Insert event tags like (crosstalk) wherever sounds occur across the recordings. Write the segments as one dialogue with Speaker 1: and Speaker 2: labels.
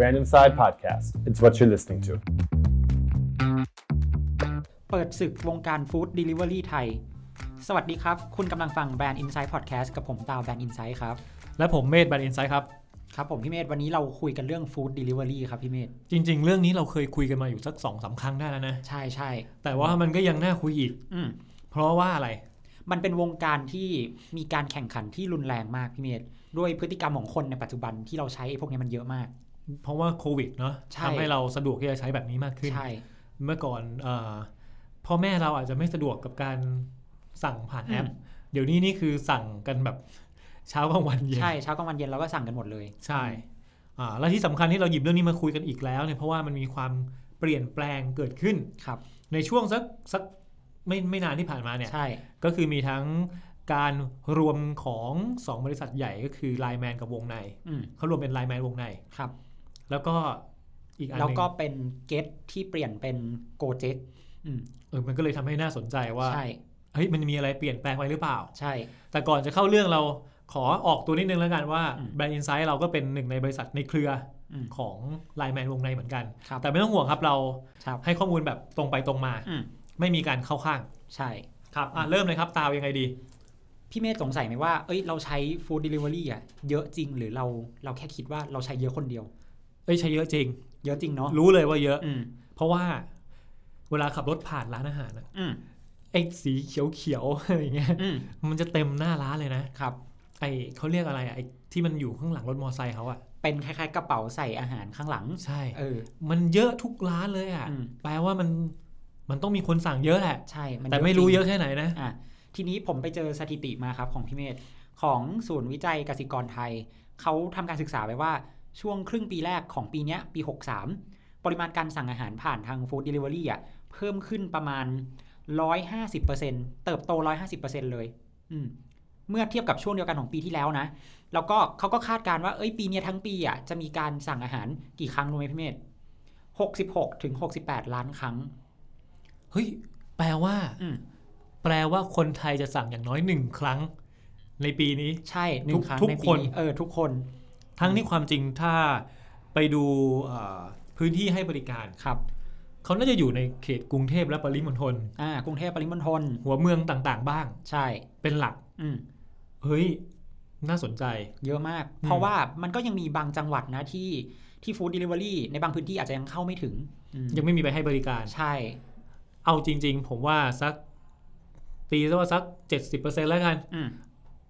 Speaker 1: Random Side Podcast. It's what you're listening to.
Speaker 2: เปิดศึกวงการฟู้ดเดลิเวอรี่ไทย สวัสดีครับ คุณกำลังฟังแบรนด์ Insight Podcast กับผมตาวแบรนด์ Insight ครับ
Speaker 3: และผมเมธบันอินไซด์ครับ
Speaker 2: ครับผมพี่เมธวันนี้เราคุยกันเรื่องฟู้ดเดลิเวอรี่ครับพี่เมธ
Speaker 3: จริง ๆ เรื่องนี้เราเคยคุยกันมาอยู่สักสองสาครั้งได้แล้วนะ
Speaker 2: ใช่ใช่
Speaker 3: แต่ว่ามันก็ยังน่าคุยอีก
Speaker 2: อืม
Speaker 3: เพราะว่าอะไร
Speaker 2: มันเป็นวงการที่มีการแข่งขันที่รุนแรงมากพี่เมธด้วยพฤติกรรมของคนในปัจจุบันที่เราใช้ไอ้พวกนี้มันเยอะมาก
Speaker 3: เพราะว่าโควิดเนาะ
Speaker 2: ใช่
Speaker 3: ทำให้เราสะดวกที่จะใช้แบบนี้มากขึ้น
Speaker 2: ใช่
Speaker 3: เมื่อก่อนเออพ่อแม่เราอาจจะไม่สะดวกกับการสั่งผ่านแอป
Speaker 2: อืม
Speaker 3: เดี๋ยวนี้นี่คือสั่งกันแบบ (laughs) เช้ากลางวันเย็น
Speaker 2: ใช่เช้ากลางวันเย็นเราก็สั่งกันหมดเลย
Speaker 3: ใช่อ่าและที่สำคัญที่เราหยิบเรื่องนี้มาคุยกันอีกแล้วเนี่ยเพราะว่ามันมีความเปลี่ยนแปลงเกิดขึ้น
Speaker 2: ครับ
Speaker 3: ในช่วงสักสักไม่ไม่นานที่ผ่านมาเนี่ย
Speaker 2: ใช่
Speaker 3: ก็คือมีทั้งการรวมของ 2 บริษัทใหญ่ก็คือ Line Man กับวงใน
Speaker 2: อืม
Speaker 3: เขารวมเป็น Line Man วงใน
Speaker 2: ครับ
Speaker 3: แล้วก็อีกอันห
Speaker 2: แล้ว
Speaker 3: นึง
Speaker 2: ก็เป็นเกตที่เปลี่ยนเป็นโกเจ็ตอืม
Speaker 3: เออมันก็เลยทำให้น่าสนใจว่า
Speaker 2: ใช่
Speaker 3: เฮ้ยมันมีอะไรเปลี่ยนแปลงไปหรือเปล่า
Speaker 2: ใช่
Speaker 3: แต่ก่อนจะเข้าเรื่องเราขอออกตัวนิดนึงแล้วกันว่า
Speaker 2: อืม
Speaker 3: แบรนด์อินไซต์เราก็เป็นหนึ่งในบริษัทในเครือ
Speaker 2: อืม
Speaker 3: ของ Line Man วงในเหมือนกัน
Speaker 2: ครับ
Speaker 3: แต่ไม่ต้องห่วงครับเรา
Speaker 2: ครับ
Speaker 3: ให้ข้อมูลแบบตรงไปตรงมา
Speaker 2: อืม
Speaker 3: ไม่มีการเข้าข้าง
Speaker 2: ใช่
Speaker 3: ครับอ่ะเริ่มเลยครับตาวยังไงดี
Speaker 2: พี่เมธสงสัยไหมว่า เอ้ย เราใช้ฟู้ดเดลิเวอรี่อะเยอะจริงหรือเรา เราแค่คิดว่าเราใช้เยอะคนเดียว
Speaker 3: เอ้ยใช้เยอะจริง
Speaker 2: เยอะจริงเนาะ
Speaker 3: รู้เลยว่าเยอะ
Speaker 2: อืม
Speaker 3: เพราะว่าเวลาขับรถผ่านร้านอาหารอะ
Speaker 2: อืม
Speaker 3: ไอ้สีเขียวๆ (laughs) อะไรอย่างเงี้ย
Speaker 2: อืม
Speaker 3: มันจะเต็มหน้าร้านเลยนะ
Speaker 2: ครับ
Speaker 3: ไอ้เขาเรียกอะไรอะไอ้ที่มันอยู่ข้างหลังรถมอไซค์เขาอะ
Speaker 2: เป็นคล้ายๆกระเป๋าใส่อาหารข้างหลัง
Speaker 3: ใช่
Speaker 2: เออ
Speaker 3: มันเยอะทุกร้านเลยอะ
Speaker 2: อืม
Speaker 3: แปลว่ามันมันต้องมีคนสั่งเยอะแหละ
Speaker 2: ใช่น
Speaker 3: แต่
Speaker 2: จง
Speaker 3: ไม่รู้เยอะแค่ไหนนะ
Speaker 2: อ่ะทีนี้ผมไปเจอสถิติมาครับของพี่เมธของศูนย์วิจัยกสิกรไทย เขาทำการศึกษาไว้ว่าช่วงครึ่งปีแรกของปีเนี้ยปี 63 ปริมาณการสั่งอาหารผ่านทางฟู้ดเดลิเวอรี่อะเพิ่มขึ้นประมาณ 150%เติบโต 150%เลย อืมเมื่อเทียบกับช่วงเดียวกันของปีที่แล้วนะ แล้วก็เขาก็คาดการณ์ว่าเอ้ยปีเนี้ยทั้งปีอ่ะจะมีการสั่งอาหารกี่ครั้งรู้ไหมพี่เมธ66ถึง68 ล้านครั้ง
Speaker 3: เฮ้ย แปลว่า
Speaker 2: อืม
Speaker 3: แปลว่าคนไทยจะสั่งอย่างน้อยหนึ่งครั้ง ในปีนี้
Speaker 2: ใช่หนึ่งครั้ง
Speaker 3: ทุก
Speaker 2: ใน
Speaker 3: ค
Speaker 2: ปี
Speaker 3: น
Speaker 2: นี้เออทุกคน
Speaker 3: ทั้งที่ความจริงถ้าไปดูเอ่อพื้นที่ให้บริการ
Speaker 2: ครับ
Speaker 3: เขาน่าจะอยู่ในเขตกรุงเทพและปริมณฑล
Speaker 2: อ่ากรุงเทพปริมณฑล
Speaker 3: หัวเมืองต่างๆ บ้าง
Speaker 2: ใช่
Speaker 3: เป็นหลัก
Speaker 2: อืม
Speaker 3: เฮ้ย น่าสนใจ
Speaker 2: เยอะมาก
Speaker 3: อืม
Speaker 2: เพราะว่ามันก็ยังมีบางจังหวัดนะที่ที่ฟู้ดเดลิเวอรี่ในบางพื้นที่อาจจะยังเข้าไม่ถึงอืม
Speaker 3: ยังไม่มีไปให้บริการ
Speaker 2: ใช่
Speaker 3: เอาจริง ๆ ผมว่าสักตีซะว่าสัก 70%แล้วกัน
Speaker 2: อืม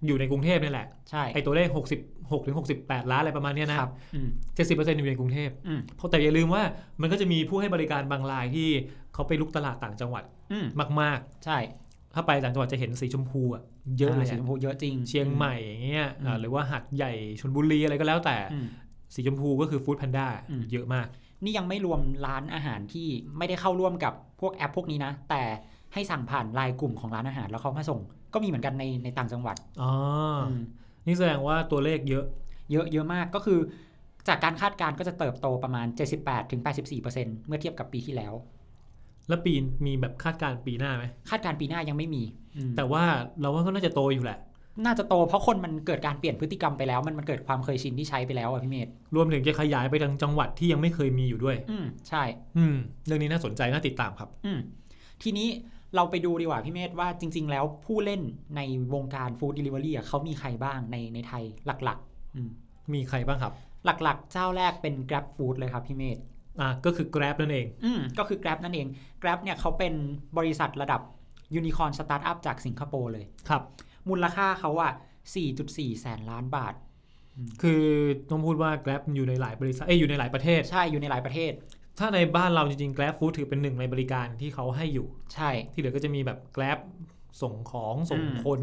Speaker 3: อยู่ในกรุงเทพนี่แหละ
Speaker 2: ใช่
Speaker 3: ไอตัวเลข 66ถึง68 ล้านอะไรประมาณเนี้ยนะครับ
Speaker 2: อืม
Speaker 3: 70%อยู่ในกรุงเทพ
Speaker 2: อืม
Speaker 3: เพราะแต่อย่าลืมว่ามันก็จะมีผู้ให้บริการบางรายที่เขาไปลุกตลาดต่างจังหวัด
Speaker 2: อืม
Speaker 3: มาก
Speaker 2: ใช่
Speaker 3: ๆ ถ้าไปต่างจังหวัดจะเห็นสีชมพูอะเยอะเลย
Speaker 2: าสี
Speaker 3: อะ
Speaker 2: ชมพูเยอะจริง
Speaker 3: เชียงใหม่อย่างเงี้ยอ่า
Speaker 2: อืม
Speaker 3: หรือว่าหัดใหญ่ชนบุรีอะไรก็แล้วแต่
Speaker 2: อืม
Speaker 3: สีชมพูก็คือฟู้ดแพนด้า
Speaker 2: อืม
Speaker 3: เยอะมาก
Speaker 2: นี่ยังไม่รวมร้านอาหารที่ไม่ได้เข้าร่วมกับพวกแอปพวกนี้นะ แต่ให้สั่งผ่านไลน์กลุ่มของร้านอาหารแล้วเขามาส่ง ก็มีเหมือนกันในในต่างจังหวัด
Speaker 3: อ๋ออ
Speaker 2: อืม
Speaker 3: นี่แสดงว่าตัวเลขเยอะ
Speaker 2: เยอะเยอะมากก็คือ จากการคาดการณ์ก็จะเติบโตประมาณ 78-84%เมื่อเทียบกับปีที่แล้ว
Speaker 3: แล้วปีมีแบบคาดการณ์ปีหน้าไหม
Speaker 2: คาดการณ์ปีหน้ายังไม่มีแต่
Speaker 3: แต่ว่าเราว่าก็น่าจะโตอยู่แหละ
Speaker 2: น่าจะโตเพราะคนมันเกิดการเปลี่ยนพฤติกรรมไปแล้ว มันมันเกิดความเคยชินที่ใช้ไปแล้วอะพี่เมธ
Speaker 3: รวมถึงจะขยายไปทางจังหวัดที่ยังไม่เคยมีอยู่ด้วย
Speaker 2: อืมใช่
Speaker 3: อืม เรื่องนี้น่าสนใจน่าติดตามครับ
Speaker 2: อืมทีนี้เราไปดูดีกว่าพี่เมธว่าจริง ๆ แล้วผู้เล่นในวงการฟู้ดเดลิเวอรี่เขามีใครบ้างในในไทยหลักๆอืม
Speaker 3: มีใครบ้างครับ
Speaker 2: หลักๆ เจ้าแรกเป็น Grab Food เลยครับพี่เมธ
Speaker 3: อ่ะก็คือ Grab นั่นเอง
Speaker 2: อืมก็คือ Grab นั่นเอง Grab เนี่ยเขาเป็นบริษัทระดับยูนิคอ n นสตาร์ทอัพจากสิงคโปร์เลย
Speaker 3: ครับ
Speaker 2: มูลค่าเขาอะ4.4 แสนล้านบาท
Speaker 3: คือต้องพูดว่า Grab อยู่ในหลายบริษัท เอ้ยอยู่ในหลายประเทศ
Speaker 2: ใช่อยู่ในหลายประเทศ
Speaker 3: ถ้าในบ้านเราจริงๆ Grab Food ถือเป็นหนึ่งในบริการที่เขาให้อยู่
Speaker 2: ใช่
Speaker 3: ที่เหลือก็จะมีแบบ Grab ส่งของส่งคน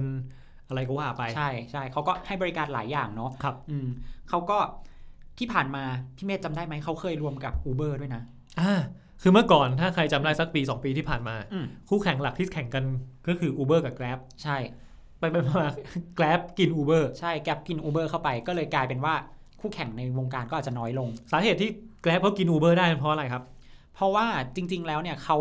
Speaker 3: อะไรก็ว่าไป
Speaker 2: ใช่ใช่เขาก็ให้บริการหลายอย่างเนาะ
Speaker 3: ครับ
Speaker 2: อืมเขาก็ที่ผ่านมา พี่เมธจำได้ไหม เขาเคยรวมกับ Uber ด้วยนะ
Speaker 3: อ่า คือเมื่อก่อนถ้าใครจำได้สักปี 2 ปีที่ผ่านมา
Speaker 2: อืม
Speaker 3: คู่แข่งหลักที่แข่งกันก็คือ Uber กับ Grab
Speaker 2: ใช่
Speaker 3: ไปไปมา (laughs) Grab กิน Uber
Speaker 2: ใช่แกปกิน Uber เข้าไปก็เลยกลายเป็นว่าคู่แข่งในวงการก็อาจจะน้อยลง
Speaker 3: สาเหตุที่ Grab เขากิน Uber ได้เพราะอะไรครับ
Speaker 2: เพราะว่าจริง ๆ แล้วเนี่ยเขา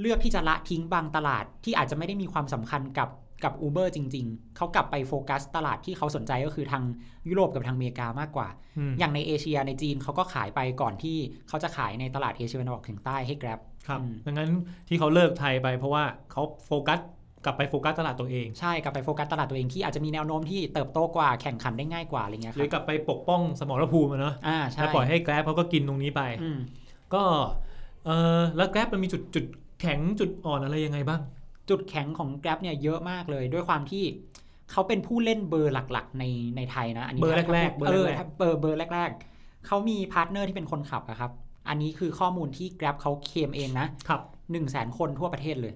Speaker 2: เลือกที่จะละทิ้งบางตลาดที่อาจจะไม่ได้มีความสำคัญกับ กับ Uber จริง ๆ เขากลับไปโฟกัสตลาดที่เขาสนใจก็คือทางยุโรปกับทางอเมริกามากกว่า
Speaker 3: อืม
Speaker 2: อย่างในเอเชียในจีนเขาก็ขายไปก่อนที่เขาจะขายในตลาดเอเชียตะวันออกเฉียงใต้ให้ Grab
Speaker 3: ครับ
Speaker 2: อืม
Speaker 3: ดังนั้นที่เขาเลิกไทยไปเพราะว่าเขาโฟกัสกลับไปโฟกัสตลาดตัวเอง
Speaker 2: ใช่กลับไปโฟกัสตลาดตัวเองที่อาจจะมีแนวโน้มที่เติบโตกว่าแข่งขันได้ง่ายกว่าอะไรเงี้ย
Speaker 3: ห
Speaker 2: ค
Speaker 3: รื
Speaker 2: รั
Speaker 3: อบ กลับไปปกป้องสมรภูมิอะเนาะ
Speaker 2: อ่าใช่
Speaker 3: แล้วปล่อยให้แกร็บเขาก็กินตรงนี้ไป
Speaker 2: อืม
Speaker 3: ก็เออแล้วแกร็บมันมีจุดจุดแข็งจุดอ่อนอะไรยังไงบ้าง
Speaker 2: จุดแข็งของ Grab เนี่ยเยอะมากเลยด้วยความที่เขาเป็นผู้เล่นเบอร์หลักๆ ในในไทยนะอันนี้
Speaker 3: เบอร์แรกๆ
Speaker 2: เบ
Speaker 3: เบ
Speaker 2: อ
Speaker 3: อร์
Speaker 2: ร์
Speaker 3: แรกๆ
Speaker 2: เบอร์เบอร์แรก ๆเขามีพาร์ทเนอร์ที่เป็นคนขับอะครับ อันนี้คือข้อมูลที่ Grab เขาเคลมเองนะครับ 1นึ่งแสนคนทั่วประเทศเลย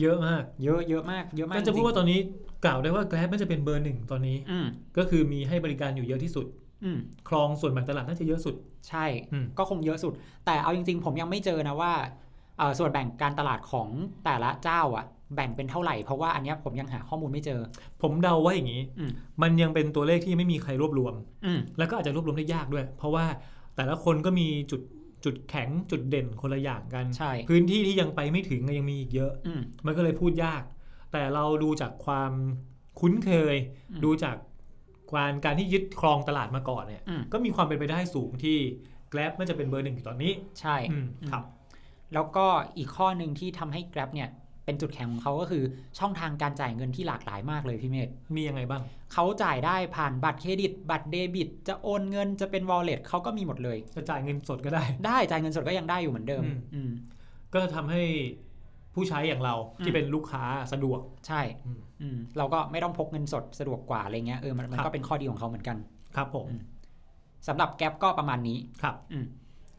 Speaker 3: เยอะมาก
Speaker 2: เยอะเยอะมากเยอะมาก
Speaker 3: ก็จะพูดว่าตอนนี้กล่าวได้ว่าแกร็บน่าจะเป็นเบอร์หนึ่งตอนนี้
Speaker 2: อืม
Speaker 3: ก็คือมีให้บริการอยู่เยอะที่สุด
Speaker 2: อืม
Speaker 3: ครองส่วนแบ่งตลาดน่าจะเยอะสุด
Speaker 2: ใช่
Speaker 3: อืม
Speaker 2: ก็คงเยอะสุด แต่เอาจริง ๆ ผมยังไม่เจอนะว่าเอ่อส่วนแบ่งการตลาดของแต่ละเจ้าอะแบ่งเป็นเท่าไหร่เพราะว่าอันเนี้ยผมยังหาข้อมูลไม่เจอ
Speaker 3: ผมเดาว่าอย่างนี้
Speaker 2: อืม
Speaker 3: มันยังเป็นตัวเลขที่ไม่มีใครรวบรวม
Speaker 2: อืม
Speaker 3: แล้วก็อาจจะรวบรวมได้ยากด้วย เพราะว่าแต่ละคนก็มีจุดจุดแข็งจุดเด่นคนละอย่างกัน
Speaker 2: ใช่
Speaker 3: พื้นที่ที่ยังไปไม่ถึงยังมีอีกเยอะ
Speaker 2: อืม
Speaker 3: มันก็เลยพูดยาก แต่เราดูจากความคุ้นเคย
Speaker 2: อืม
Speaker 3: ดูจากการการที่ยึดครองตลาดมาก่อนเนี่ย
Speaker 2: อืม
Speaker 3: ก็มีความเป็นไปได้สูงที่ Grab น่าจะเป็นเบอร์หนึ่งอยู่ตอนนี้
Speaker 2: ใช่
Speaker 3: อืมครับ
Speaker 2: แล้วก็อีกข้อหนึ่งที่ทำให้ Grab เนี่ยเป็นจุดแข็งของเขาก็คือช่องทางการจ่ายเงินที่หลากหลายมากเลยพี่เมธ
Speaker 3: มียังไงบ้าง
Speaker 2: เขาจ่ายได้ผ่านบัตรเครดิต บัตรเดบิต จะโอนเงินจะเป็น wallet เขาก็มีหมดเลย
Speaker 3: จะจ่ายเงินสดก็ได้
Speaker 2: ได้จ่ายเงินสดก็ยังได้อยู่เหมือนเดิม
Speaker 3: อืม
Speaker 2: อืม
Speaker 3: ก็ทำให้ผู้ใช้อย่างเรา
Speaker 2: อืม
Speaker 3: ที่เป็นลูกค้าสะดวก
Speaker 2: ใช่
Speaker 3: อืม
Speaker 2: อืมเราก็ไม่ต้องพกเงินสดสะดวกกว่าอะไรเงี้ยเออมันมัน
Speaker 3: ครั
Speaker 2: ก็
Speaker 3: บ
Speaker 2: เป็นข้อดีของเขาเหมือนกัน
Speaker 3: ครับผม
Speaker 2: สำหรับ Grab ก็ประมาณนี้
Speaker 3: ครับ
Speaker 2: อืม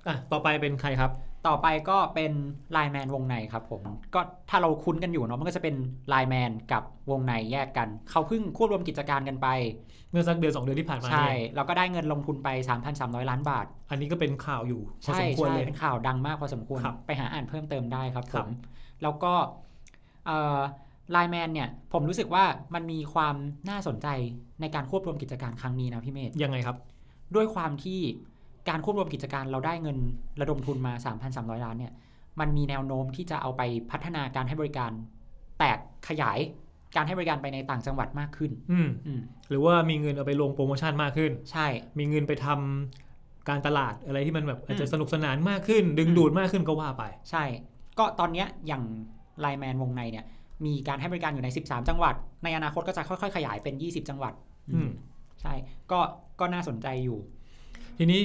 Speaker 3: อ่ะต่อไปเป็นใครครับ
Speaker 2: ต่อไปก็เป็น Line Man วงในครับผม ก็ถ้าเราคุ้นกันอยู่เนาะมันก็จะเป็น Line Man กับวงในแยกกันเขาเพิ่งควบรวมกิจการกันไป
Speaker 3: เมื่อสักเดือนสองเดือนที่ผ่านมา
Speaker 2: ใช่
Speaker 3: เนี่ย
Speaker 2: เราก็ได้เงินลงทุนไป 3,300 ล้านบาท
Speaker 3: อันนี้ก็เป็นข่าวอยู่พอ
Speaker 2: ใช่
Speaker 3: สมควร
Speaker 2: ใช่
Speaker 3: เลย
Speaker 2: เป็นข่าวดังมากพอสมควร
Speaker 3: ครับ
Speaker 2: ไปหาอ่านเพิ่มเติมได้ครับผ
Speaker 3: ครับ
Speaker 2: ม แล้วก็ไลแมนเนี่ย ผมรู้สึกว่ามันมีความน่าสนใจในการควบรวมกิจการครั้งนี้นะพี่เมธ
Speaker 3: ยังไงครับ
Speaker 2: ด้วยความที่การควบรวมกิจการเราได้เงินระดมทุนมา 3,300 ล้านเนี่ย มันมีแนวโน้มที่จะเอาไปพัฒนาการให้บริการ แตกขยายการให้บริการไปในต่างจังหวัดมากขึ้น
Speaker 3: อืม
Speaker 2: อืม
Speaker 3: หรือว่ามีเงินเอาไปลงโปรโมชั่นมากขึ้น
Speaker 2: ใช่
Speaker 3: มีเงินไปทำการตลาดอะไรที่มันแบบอาจ
Speaker 2: อื
Speaker 3: จะ
Speaker 2: ม
Speaker 3: สนุกสนานมากขึ้น ดึง
Speaker 2: อืม
Speaker 3: ดูดมากขึ้นก็ว่าไป
Speaker 2: ใช่ ก็ตอนเนี้ยอย่างไลแมนวงในเนี่ย มีการให้บริการอยู่ใน 13 จังหวัด ในอนาคตก็จะค่อยๆ ขยายเป็น 20 จังหวัด
Speaker 3: อืม
Speaker 2: ใช่ ก็ก็น่าสนใจอยู่
Speaker 3: ทีนี้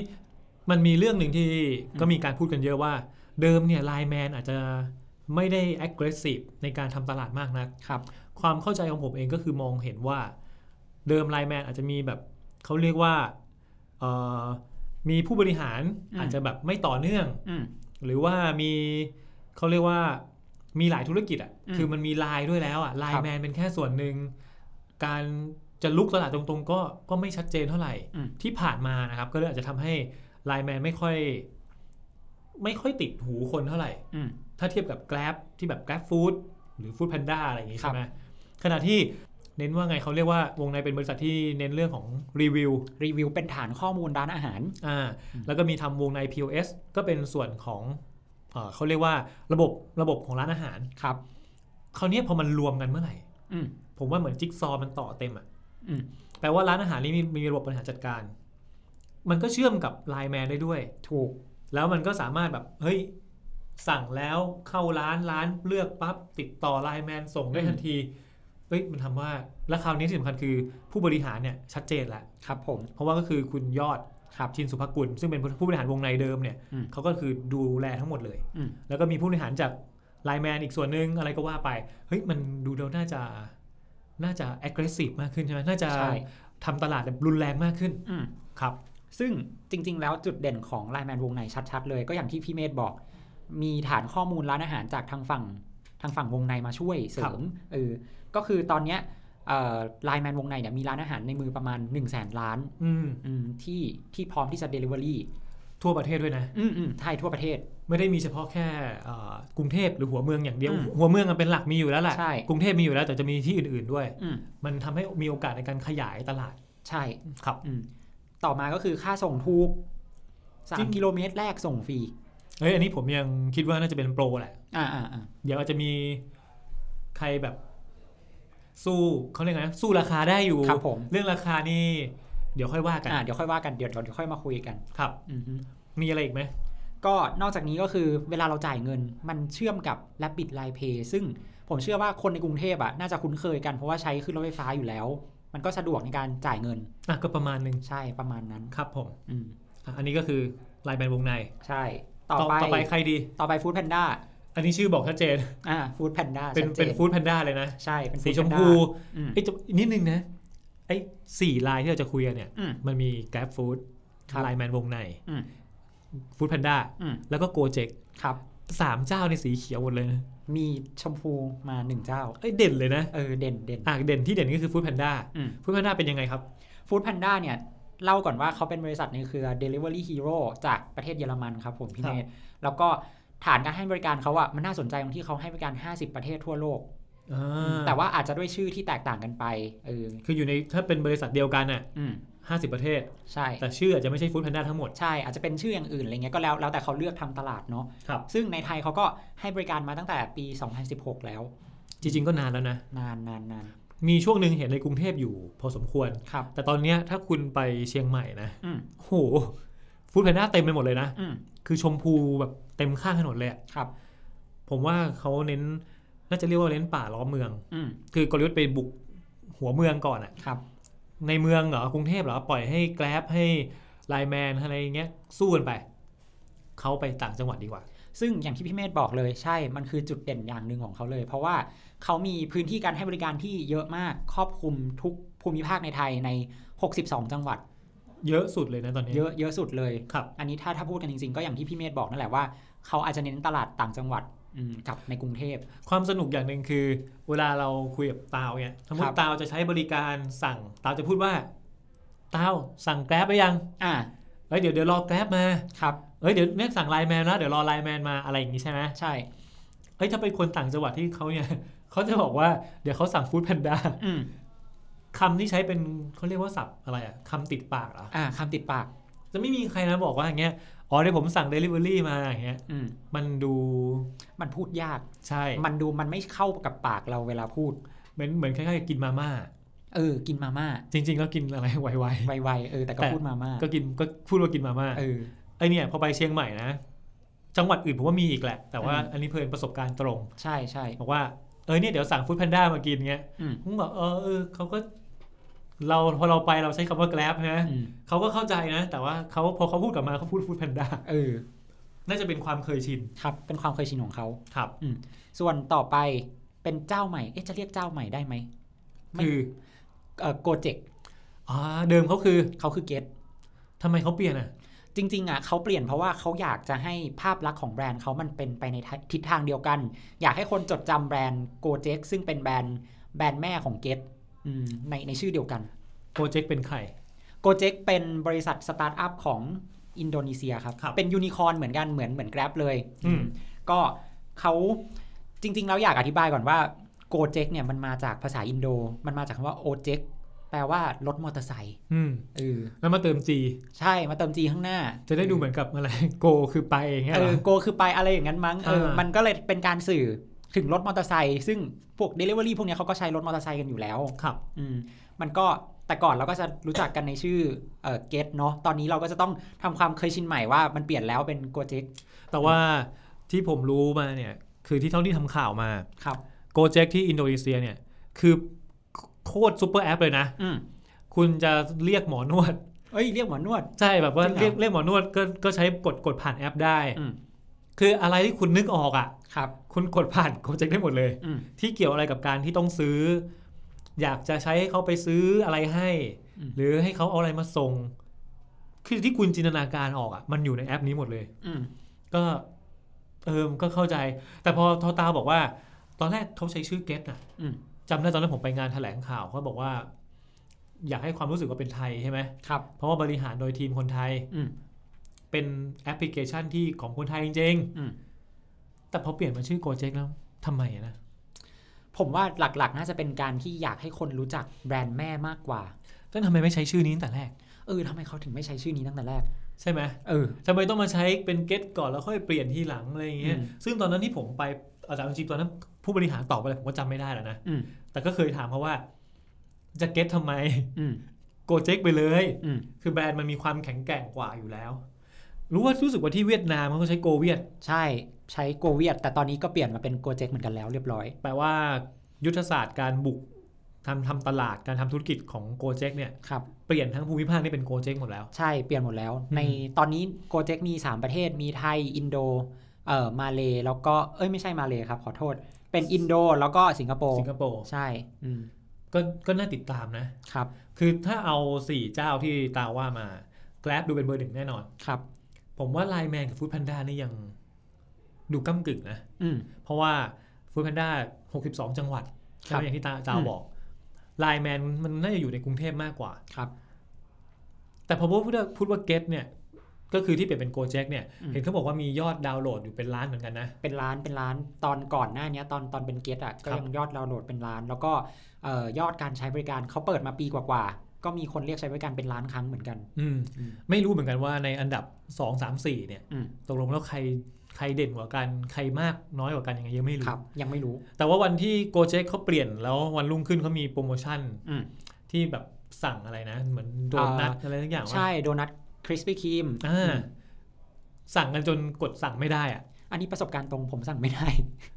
Speaker 3: มันมีเรื่องหนึ่งที่
Speaker 2: อืม
Speaker 3: ก็มีการพูดกันเยอะว่า เดิมเนี่ยไลน์แมนอาจจะไม่ได้ aggressive ในการทำตลาดมากนัก
Speaker 2: ครับ
Speaker 3: ความเข้าใจของผมเองก็คือมองเห็นว่า เดิมไลน์แมนอาจจะมีแบบเขาเรียกว่าเอ่อมีผู้บริหาร
Speaker 2: อืม
Speaker 3: อาจจะแบบไม่ต่อเนื่อง
Speaker 2: อืม
Speaker 3: หรือว่ามีเขาเรียกว่ามีหลายธุรกิจอ่ะ
Speaker 2: อืม
Speaker 3: คือมันมีไลน์ด้วยแล้วอ่ะไล
Speaker 2: ครับ
Speaker 3: น์แมนเป็นแค่ส่วนหนึ่ง การจะลุกตลาดตรงๆ ก็ก็ไม่ชัดเจนเท่าไหร่
Speaker 2: อืม
Speaker 3: ที่ผ่านมานะครับ ก็เลยอาจจะทำให้ไลน์แมนไม่ค่อย ไม่ค่อยติดหูคนเท่าไหร่
Speaker 2: อืม
Speaker 3: ถ้าเทียบกับ Grab ที่แบบ Grab Food หรือ Food Panda อะไรอย่างงี้
Speaker 2: ครับ
Speaker 3: ใช่ไหมขณะที่เน้นว่าไงเขาเรียกว่าวงในเป็นบริษัทที่เน้นเรื่องของรีวิว
Speaker 2: รีวิวเป็นฐานข้อมูลร้านอาหาร
Speaker 3: อ่า
Speaker 2: อืม
Speaker 3: แล้วก็มีทำวงใน POS ก็เป็นส่วนของเออเขาเรียกว่าระบบระบบของร้านอาหาร
Speaker 2: ครับ
Speaker 3: คราวเนี้ยพอมันรวมกันเมื่อไหร่
Speaker 2: อืม
Speaker 3: ผมว่าเหมือนจิ๊กซอว์มันต่อเต็มอะ
Speaker 2: อืม
Speaker 3: แปลว่าร้านอาหารนี่มีมีระบบบริหารจัดการ มันก็เชื่อมกับไลน์แมนได้ด้วย
Speaker 2: ถูก
Speaker 3: แล้วมันก็สามารถแบบ เฮ้ย สั่งแล้วเข้าร้านร้านเลือกปั๊บ ติดต่อไลน์แมนส่งได้
Speaker 2: อืม
Speaker 3: ทันทีเฮ้ยมันทำว่าและคราวนี้ที่สำคัญคือผู้บริหารเนี่ยชัดเจนละ
Speaker 2: ครับผม
Speaker 3: เพราะว่าก็คือคุณยอด
Speaker 2: ครับ
Speaker 3: ชินสุภกุลซึ่งเป็นผู้บริหารวงในเดิมเนี่ย
Speaker 2: อืม
Speaker 3: เขาก็คือดูแลทั้งหมดเลย
Speaker 2: อืม
Speaker 3: แล้วก็มีผู้บริหารจากไลแมนอีกส่วนหนึ่งอะไรก็ว่าไปเฮ้ยมันดูแล้วน่าจะน่าจะ aggressive มากขึ้นใช่ไหมน่าจะ
Speaker 2: ใช่
Speaker 3: ทำตลาดแบบรุนแรงมากขึ้น
Speaker 2: อืม
Speaker 3: ครับ
Speaker 2: ซึ่งจริง ๆ แล้วจุดเด่นของไลแมนวงในชัด ๆ เลย ก็อย่างที่พี่เมธบอก มีฐานข้อมูลร้านอาหารจากทางฝั่งทางฝั่งวงในมาช่วยเสริ
Speaker 3: ครับ
Speaker 2: มเออก็คือตอนเนี้ยไลแมนวงในเนี่ยมีร้านอาหารในมือประมาณ 1 0 0 0 0แสนร้าน
Speaker 3: อืม
Speaker 2: อืมที่ที่พร้อมที่จะ Delivery
Speaker 3: ทั่วประเทศด้วยนะ
Speaker 2: อืมอืมไทยทั่วประเทศ
Speaker 3: ไม่ได้มีเฉพาะแค่เอ่อกรุงเทพหรือหัวเมืองอย่างเดียว
Speaker 2: อืม
Speaker 3: หัวเมืองอะเป็นหลักมีอยู่แล้วแหละ
Speaker 2: ใช่
Speaker 3: กรุงเทพมีอยู่แล้วแต่จะมีที่อื่น ๆด้วย
Speaker 2: อืม
Speaker 3: มันทำให้มีโอกาสในการขยายตลาด
Speaker 2: ใช่
Speaker 3: ครับ
Speaker 2: อืมต่อมาก็คือค่าส่งถูก
Speaker 3: จริง
Speaker 2: 3กิโลเมตรแรกส่งฟรี
Speaker 3: เฮ้ยอันนี้ผมยังคิดว่าน่าจะเป็นโปรแหละ
Speaker 2: อ่าอ่าอ่า
Speaker 3: เดี๋ยวอาจจะมีใครแบบ สู้เขาเรียกไงนะสู้ราคาได้อยู่
Speaker 2: ครับผม
Speaker 3: เรื่องราคานี่เดี๋ยวค่อยว่ากัน
Speaker 2: อ่าเดี๋ยวค่อยว่ากันเดี๋ยวเดี๋ยวค่อยมาคุยกัน
Speaker 3: ครับ
Speaker 2: อือฮึ
Speaker 3: มีอะไรอีกไหม
Speaker 2: ก็นอกจากนี้ก็คือเวลาเราจ่ายเงินมันเชื่อมกับ Rapid Line Pay ซึ่งผมเชื่อว่าคนในกรุงเทพอ่ะน่าจะคุ้นเคยกันเพราะว่าใช้ขึ้นรถไฟฟ้าอยู่แล้ว มันก็สะดวกในการจ่ายเงิน
Speaker 3: อ่ะก็ประมาณหนึ่ง
Speaker 2: ใช่ประมาณนั้น
Speaker 3: ครับผม
Speaker 2: อืม
Speaker 3: อ่ะอันนี้ก็คือลายแบนวงใน
Speaker 2: ใช่ ต่อไป
Speaker 3: ต่อไปใครดี
Speaker 2: ต่อไปฟู้ดแพนด้า
Speaker 3: อันนี้ชื่อบอกชัดเจน
Speaker 2: อ่าฟู้ดแพนด้า
Speaker 3: เป็นเป็นฟู้ดแพนด้าเลยนะ
Speaker 2: ใช่เป็น
Speaker 3: สี
Speaker 2: Food
Speaker 3: ชม
Speaker 2: Panda
Speaker 3: พู
Speaker 2: อืม
Speaker 3: ไอ้ยจะนิดนึงนะ ไอ้สี่ลายที่เราจะคุยกันเนี่ย
Speaker 2: อืม
Speaker 3: มันมี Grab Food
Speaker 2: ครับ
Speaker 3: ไลน์แมนวงใน
Speaker 2: อืม
Speaker 3: ฟู้ดแพนด้า
Speaker 2: อืม
Speaker 3: แล้วก็โกเจก
Speaker 2: ครับ
Speaker 3: สามเจ้าในสีเขียวหมดเลยนะ
Speaker 2: มีชมพูมาหนึ่งเจ้า
Speaker 3: ไอ้ยเด่นเลยนะ
Speaker 2: เออเด่นเด่น
Speaker 3: อ่ะเด่นที่เด่นก็คือฟู้ดแพนด้า
Speaker 2: อืม
Speaker 3: ฟู้ดแพนด้าเป็นยังไงครับ
Speaker 2: ฟู้ดแพนด้าเนี่ยเล่าก่อนว่าเขาเป็นบริษัทในเครือ Delivery Hero จากประเทศเยอรมันครับผมพี่
Speaker 3: ครับ
Speaker 2: เนทแล้วก็ฐานการให้บริการเขาอะมันน่าสนใจตรงที่เขาให้บริการ 50 ประเทศทั่วโลก
Speaker 3: อ่า
Speaker 2: แต่ว่าอาจจะด้วยชื่อที่แตกต่างกันไปเออ
Speaker 3: คืออยู่ในถ้าเป็นบริษัทเดียวกันอ่ะ
Speaker 2: อืม
Speaker 3: ห้าสิบประเทศ
Speaker 2: ใช่
Speaker 3: แต่ชื่ออาจจะไม่ใช่ฟู้ดแพนด้าทั้งหมด
Speaker 2: ใช่อาจจะเป็นชื่ออย่างอื่นอะไรเงี้ยก็แล้วแล้วแต่เขาเลือกทำตลาดเนาะ
Speaker 3: ครับ
Speaker 2: ซึ่งในไทยเขาก็ให้บริการมาตั้งแต่ปี 2016 แล้ว
Speaker 3: จริงๆก็นานแล้วนะ
Speaker 2: นานนานนาน
Speaker 3: มีช่วงหนึ่งเห็นในกรุงเทพอยู่พอสมควร
Speaker 2: ครับ
Speaker 3: แต่ตอนเนี้ยถ้าคุณไปเชียงใหม่นะ
Speaker 2: อืม
Speaker 3: โหฟู้ดแพนด้าเต็มไปหมดเลยนะ
Speaker 2: อืม
Speaker 3: คือชมพูแบบเต็มข้างถนนเลยอะ
Speaker 2: ครับ
Speaker 3: ผมว่าเขาเน้น น่าจะเรียกว่าเน้นป่าล้อมเมือง
Speaker 2: อืม
Speaker 3: คือกลยุทธ์ไปบุกหัวเมืองก่อนอะ
Speaker 2: ครับ
Speaker 3: ในเมืองเหรอกรุงเทพเหรอปล่อยให้แกลบให้ไลน์แมนอะไรอย่างเงี้ยสู้กันไป เขาไปต่างจังหวัดดีกว่า
Speaker 2: ซึ่งอย่างที่พี่เมธบอกเลยใช่ มันคือจุดเด่นอย่างหนึ่งของเขาเลย เพราะว่าเขามีพื้นที่การให้บริการที่เยอะมากครอบคลุมทุกภูมิภาคในไทยใน 62 จังหวัด
Speaker 3: เยอะสุดเลยนะตอนนี้
Speaker 2: เยอะเยอะสุดเลย
Speaker 3: ครับ
Speaker 2: อันนี้ถ้าถ้าพูดกันจริงๆ ก็อย่างที่พี่เมธบอกนั่นแหละว่าเขาอาจจะเน้นตลาดต่างจังหวัดอืมกับในกรุงเทพ
Speaker 3: ความสนุกอย่างหนึ่งคือ เวลาเราคุยกับตาวเนี่ยสมม
Speaker 2: ครั
Speaker 3: ติ
Speaker 2: บ
Speaker 3: ตาวจะใช้บริการสั่งตาวจะพูดว่าตาวสั่งแกลบไปยัง
Speaker 2: อ่า
Speaker 3: เอ้ยเดี๋ยวเดี๋ยวรอแกลบมา
Speaker 2: ครับ
Speaker 3: เอ้ยเดี๋ยวเนี่ยสั่งไลน์แมนแล้วเดี๋ยวรอไลน์แมนมาอะไรอย่างงี้ใช่ไหม
Speaker 2: ใช่
Speaker 3: เอ้ยถ้าเป็นคนต่างจังหวัดที่เขาเนี่ย (laughs) เขาจะบอกว่าเดี๋ยวเขาสั่งฟู้ดแพนด้า (laughs)
Speaker 2: อืม
Speaker 3: คำที่ใช้เป็นเขาเรียกว่าศัพท์อะไรอะคำติดปากเหรอ
Speaker 2: อ่าคำติดปาก
Speaker 3: จะไม่มีใครนะบอกว่าอย่างเงี้ยอ๋อเดี๋ยวผมสั่งเดลิเวอรี่มาอย่างเงี้ย
Speaker 2: อืม
Speaker 3: มันดู
Speaker 2: มันพูดยาก
Speaker 3: ใช่
Speaker 2: มันดูมันไม่เข้ากับปากเราเวลาพูด
Speaker 3: เหมือนเหมือนคล้ายๆกับกินมาม่า
Speaker 2: เออ กินมาม่า
Speaker 3: จริง ๆ แล้วกินอะไรไว
Speaker 2: ไวๆเออแต่ก็พูดมาม่า
Speaker 3: ๆก็ (laughs) กินก็พูดว่ากินมาม่า
Speaker 2: เออ
Speaker 3: ไอเนี่ยพอไปเชียงใหม่นะ จังหวัดอื่นผมว่ามีอีกแหละ แต่ว่า
Speaker 2: อืม
Speaker 3: อันนี้เพื่อนประสบการณ์ตรง
Speaker 2: ใช่ใช่
Speaker 3: บอกว่าเออเนี่ยเดี๋ยวสั่งฟู้ดแพนด้ามากินเงี้ย
Speaker 2: อืม
Speaker 3: ผมบอกเออเออเขาก็เราพอเราไปเราใช้คำว่า grab นะ
Speaker 2: อืม
Speaker 3: เขาก็เข้าใจนะ แต่ว่าเขาพอเขาพูดกลับมาเขาพูดฟู้ดแพนด้า
Speaker 2: เออ
Speaker 3: น่าจะเป็นความเคยชิน
Speaker 2: ครับ เป็นความเคยชินของเขา
Speaker 3: ครับ
Speaker 2: ส่วนต่อไปเป็นเจ้าใหม่ เอ๊ะ จะเรียกเจ้าใหม่ได้ไหม ไม่
Speaker 3: คือ
Speaker 2: เอ่อโกเจก
Speaker 3: อ๋อเดิมเขาคือ
Speaker 2: เขาคือเกต
Speaker 3: ทำไมเขาเปลี่ยนอ่ะ
Speaker 2: จริง ๆ อ่ะเขาเปลี่ยนเพราะว่าเขาอยากจะให้ภาพลักษณ์ของแบรนด์เขามันเป็นไปในทิศทางเดียวกัน อยากให้คนจดจำแบรนด์โกเจกซึ่งเป็นแบรนด์แบรนด์แม่ของเกตในในชื่อเดียวกัน
Speaker 3: โปรเจกต์เป็นใคร
Speaker 2: โกเจกเป็นบริษัทสตาร์ทอัพของอินโดนีเซียครับ
Speaker 3: ครับ
Speaker 2: เป็นยูนิคอร์นเหมือนกัน เหมือนเหมือน Grab เลย
Speaker 3: อืม
Speaker 2: ก็เขาจริง ๆ แล้วอยากอธิบายก่อนว่าโกเจกเนี่ยมันมาจากภาษาอินโด มันมาจากคำว่าโอเจกแปลว่ารถมอเตอร์ไซค์
Speaker 3: อืม
Speaker 2: เออ
Speaker 3: แล้วมาเติม G
Speaker 2: ใช่มาเติมจีข้างหน้า
Speaker 3: จะได้ดูเหมือนกับอะไรโกคือไปอย่างเงี้ย
Speaker 2: เอ
Speaker 3: เหร
Speaker 2: อ
Speaker 3: อ
Speaker 2: โกคือไปอะไรอย่างนั้นมั้งเออ
Speaker 3: อ่ามั
Speaker 2: มันก็เลยเป็นการสื่อถึงรถมอเตอร์ไซค์ซึ่งพวก Delivery พวกเนี้ยเขาก็ใช้รถมอเตอร์ไซค์กันอยู่แล้ว
Speaker 3: ครับ
Speaker 2: อืมมันก็แต่ก่อนเราก็จะรู้จักกันในชื่อเอ่อเกตเนาะตอนนี้เราก็จะต้องทำความเคยชินใหม่ว่ามันเปลี่ยนแล้วเป็นโกเจก
Speaker 3: แต่ว่าที่ผมรู้มาเนี่ย คือที่เท่าที่ทำข่าวมา
Speaker 2: ครับ
Speaker 3: โกเจ็กที่อินโดนีเซียเนี่ย คือโคตรซูเปอร์แอปเลยนะ
Speaker 2: อืม
Speaker 3: คุณจะเรียกหมอนวด
Speaker 2: เอ้ย เรียกหมอนวด
Speaker 3: ใช่แบบว่า
Speaker 2: จริงเหรอ
Speaker 3: เรียกเรียกหมอนวดก็ก็ใช้กดกดผ่านแอปได้
Speaker 2: อืม
Speaker 3: คืออะไรที่คุณนึกออกอ่ะ
Speaker 2: ครับ
Speaker 3: คุณกดผ่านโกเจ็กได้หมดเลย
Speaker 2: อืม
Speaker 3: ที่เกี่ยวอะไรกับการที่ต้องซื้อ อยากจะใช้ให้เขาไปซื้ออะไรให้ หรือให้เขาเอาอะไรมาส่ง คือที่คุณจินตนาการออกอ่ะมันอยู่ในแอปนี้หมดเลย
Speaker 2: อืม
Speaker 3: ก็เออก็เข้าใจ แต่พอทอตาบอกว่า ตอนแรกเขาใช้ชื่อเกตน่ะ
Speaker 2: อืม
Speaker 3: จำได้ตอนนั้นผมไปงานแถลงข่าวเขาบอกว่า อยากให้ความรู้สึกว่าเป็นไทยใช่ไหม
Speaker 2: ครับ
Speaker 3: เพราะว่าบริหารโดยทีมคนไทย
Speaker 2: อืม
Speaker 3: เป็นแอปพลิเคชันที่ของคนไทยจริง
Speaker 2: อืม
Speaker 3: ๆ แต่พอเปลี่ยนมาชื่อโกเจ็กแล้วทำไมอะนะ
Speaker 2: ผมว่าหลักๆ น่าจะเป็นการที่อยากให้คนรู้จักแบรนด์แม่มากกว่า
Speaker 3: แล้วทำไมไม่ใช้ชื่อนี้ตั้งแต่แรก
Speaker 2: เออทำไมเขาถึงไม่ใช้ชื่อนี้ตั้งแต่แรก
Speaker 3: ใช่ไหม
Speaker 2: เออ
Speaker 3: ทำไมต้องมาใช้เป็นเกตก่อนแล้วค่อยเปลี่ยนทีหลังอะไรอย่างเงี้ย
Speaker 2: อืม
Speaker 3: ซึ่งตอนนั้นที่ผมไปอาจารย์จริงๆตอนนั้น ผู้บริหารตอบอะไรผมก็จำไม่ได้แล้วนะ
Speaker 2: อืม
Speaker 3: แต่ก็เคยถามเขาว่า จะเก็ตทำไม
Speaker 2: อืม
Speaker 3: โกเจ็กไปเลย
Speaker 2: อืม
Speaker 3: คือแบรนด์มันมีความแข็งแกร่งกว่าอยู่แล้ว รู้ว่ารู้สึกว่าที่เวียดนามเขาใช้โกเวียด
Speaker 2: ใช่ใช้โกเวียดแต่ตอนนี้ก็เปลี่ยนมาเป็นโกเจกเหมือนกันแล้วเรียบร้อย
Speaker 3: แปลว่ายุทธศาสตร์การบุกทำทำตลาดการทำธุรกิจของโกเจ็กเนี่ย
Speaker 2: ครับ
Speaker 3: เปลี่ยนทั้งภูมิภาคนี่เป็นโกเจ็กหมดแล้ว
Speaker 2: ใช่ เปลี่ยนหมดแล้ว
Speaker 3: อืม
Speaker 2: ในตอนนี้โกเจ็กมี 3 ประเทศ มีไทย อินโด เอ่อ มาเลย์แล้วก็ เอ้ย ไม่ใช่มาเลย์ครับ ขอโทษ เป็นอินโด แล้วก็สิงคโปร์
Speaker 3: สิงคโปร์
Speaker 2: ใช่อืม
Speaker 3: ก็ก็น่าติดตามนะ
Speaker 2: ครับ
Speaker 3: คือถ้าเอา 4 เจ้าที่ตาว่ามา Grab ดูเป็นเบอร์หนึ่งแน่นอน
Speaker 2: ครับ
Speaker 3: ผมว่า Line Man กับ Food Panda นี่ยังดูก้ากึ่งนะ
Speaker 2: อืม
Speaker 3: เพราะว่า Food Panda 62 จังหวัด
Speaker 2: ครั
Speaker 3: ใช่
Speaker 2: บ
Speaker 3: ไหมอย่างที่ตาตาบอก Line Man มันน่าจะอยู่ในกรุงเทพมากกว่า
Speaker 2: ครับ
Speaker 3: แต่พอพูดว่าพูดว่า Get เนี่ย ก็คือที่เปลี่ยนเป็น Gojek เนี่ย
Speaker 2: อืม
Speaker 3: เห็นเขาบอกว่ามียอดดาวน์โหลดอยู่เป็นล้านเหมือนกันนะ
Speaker 2: เป็นร้าน เป็นร้าน ตอนก่อนหน้าเนี้ยตอน ตอนเป็นเกตอ่ะ ก็
Speaker 3: ครับ
Speaker 2: ยังยอดดาวน์โหลดเป็นร้าน แล้วก็ เอ่อ ยอดการใช้บริการเขาเปิดมาปีกว่าๆ ก็มีคนเรียกใช้บริการเป็นล้านครั้งเหมือนกัน
Speaker 3: อืม
Speaker 2: อืม
Speaker 3: ไม่รู้เหมือนกันว่าในอันดับ 2 3 4 เนี่ย
Speaker 2: อืม
Speaker 3: ตกลงแล้วใครใครเด่นกว่ากัน ใครมากน้อยกว่ากันยังไงยังไม่
Speaker 2: ครั
Speaker 3: รู้
Speaker 2: บ ยังไม่รู้
Speaker 3: แต่ว่าวันที่โกเจ k เขาเปลี่ยนแล้ววันรุ่งขึ้นเขามีโปรโมชั่น
Speaker 2: อืม
Speaker 3: ที่แบบสั่งอะไรนะ เหมือนโดนัทอะไรทุกอย่างวะ
Speaker 2: ใช่ โดนัท คริสปี้ครีม
Speaker 3: อ่าสั่งกันจนกดสั่งไม่ได้อะ
Speaker 2: อันนี้ประสบการณ์ตรงผมสั่งไม่ได้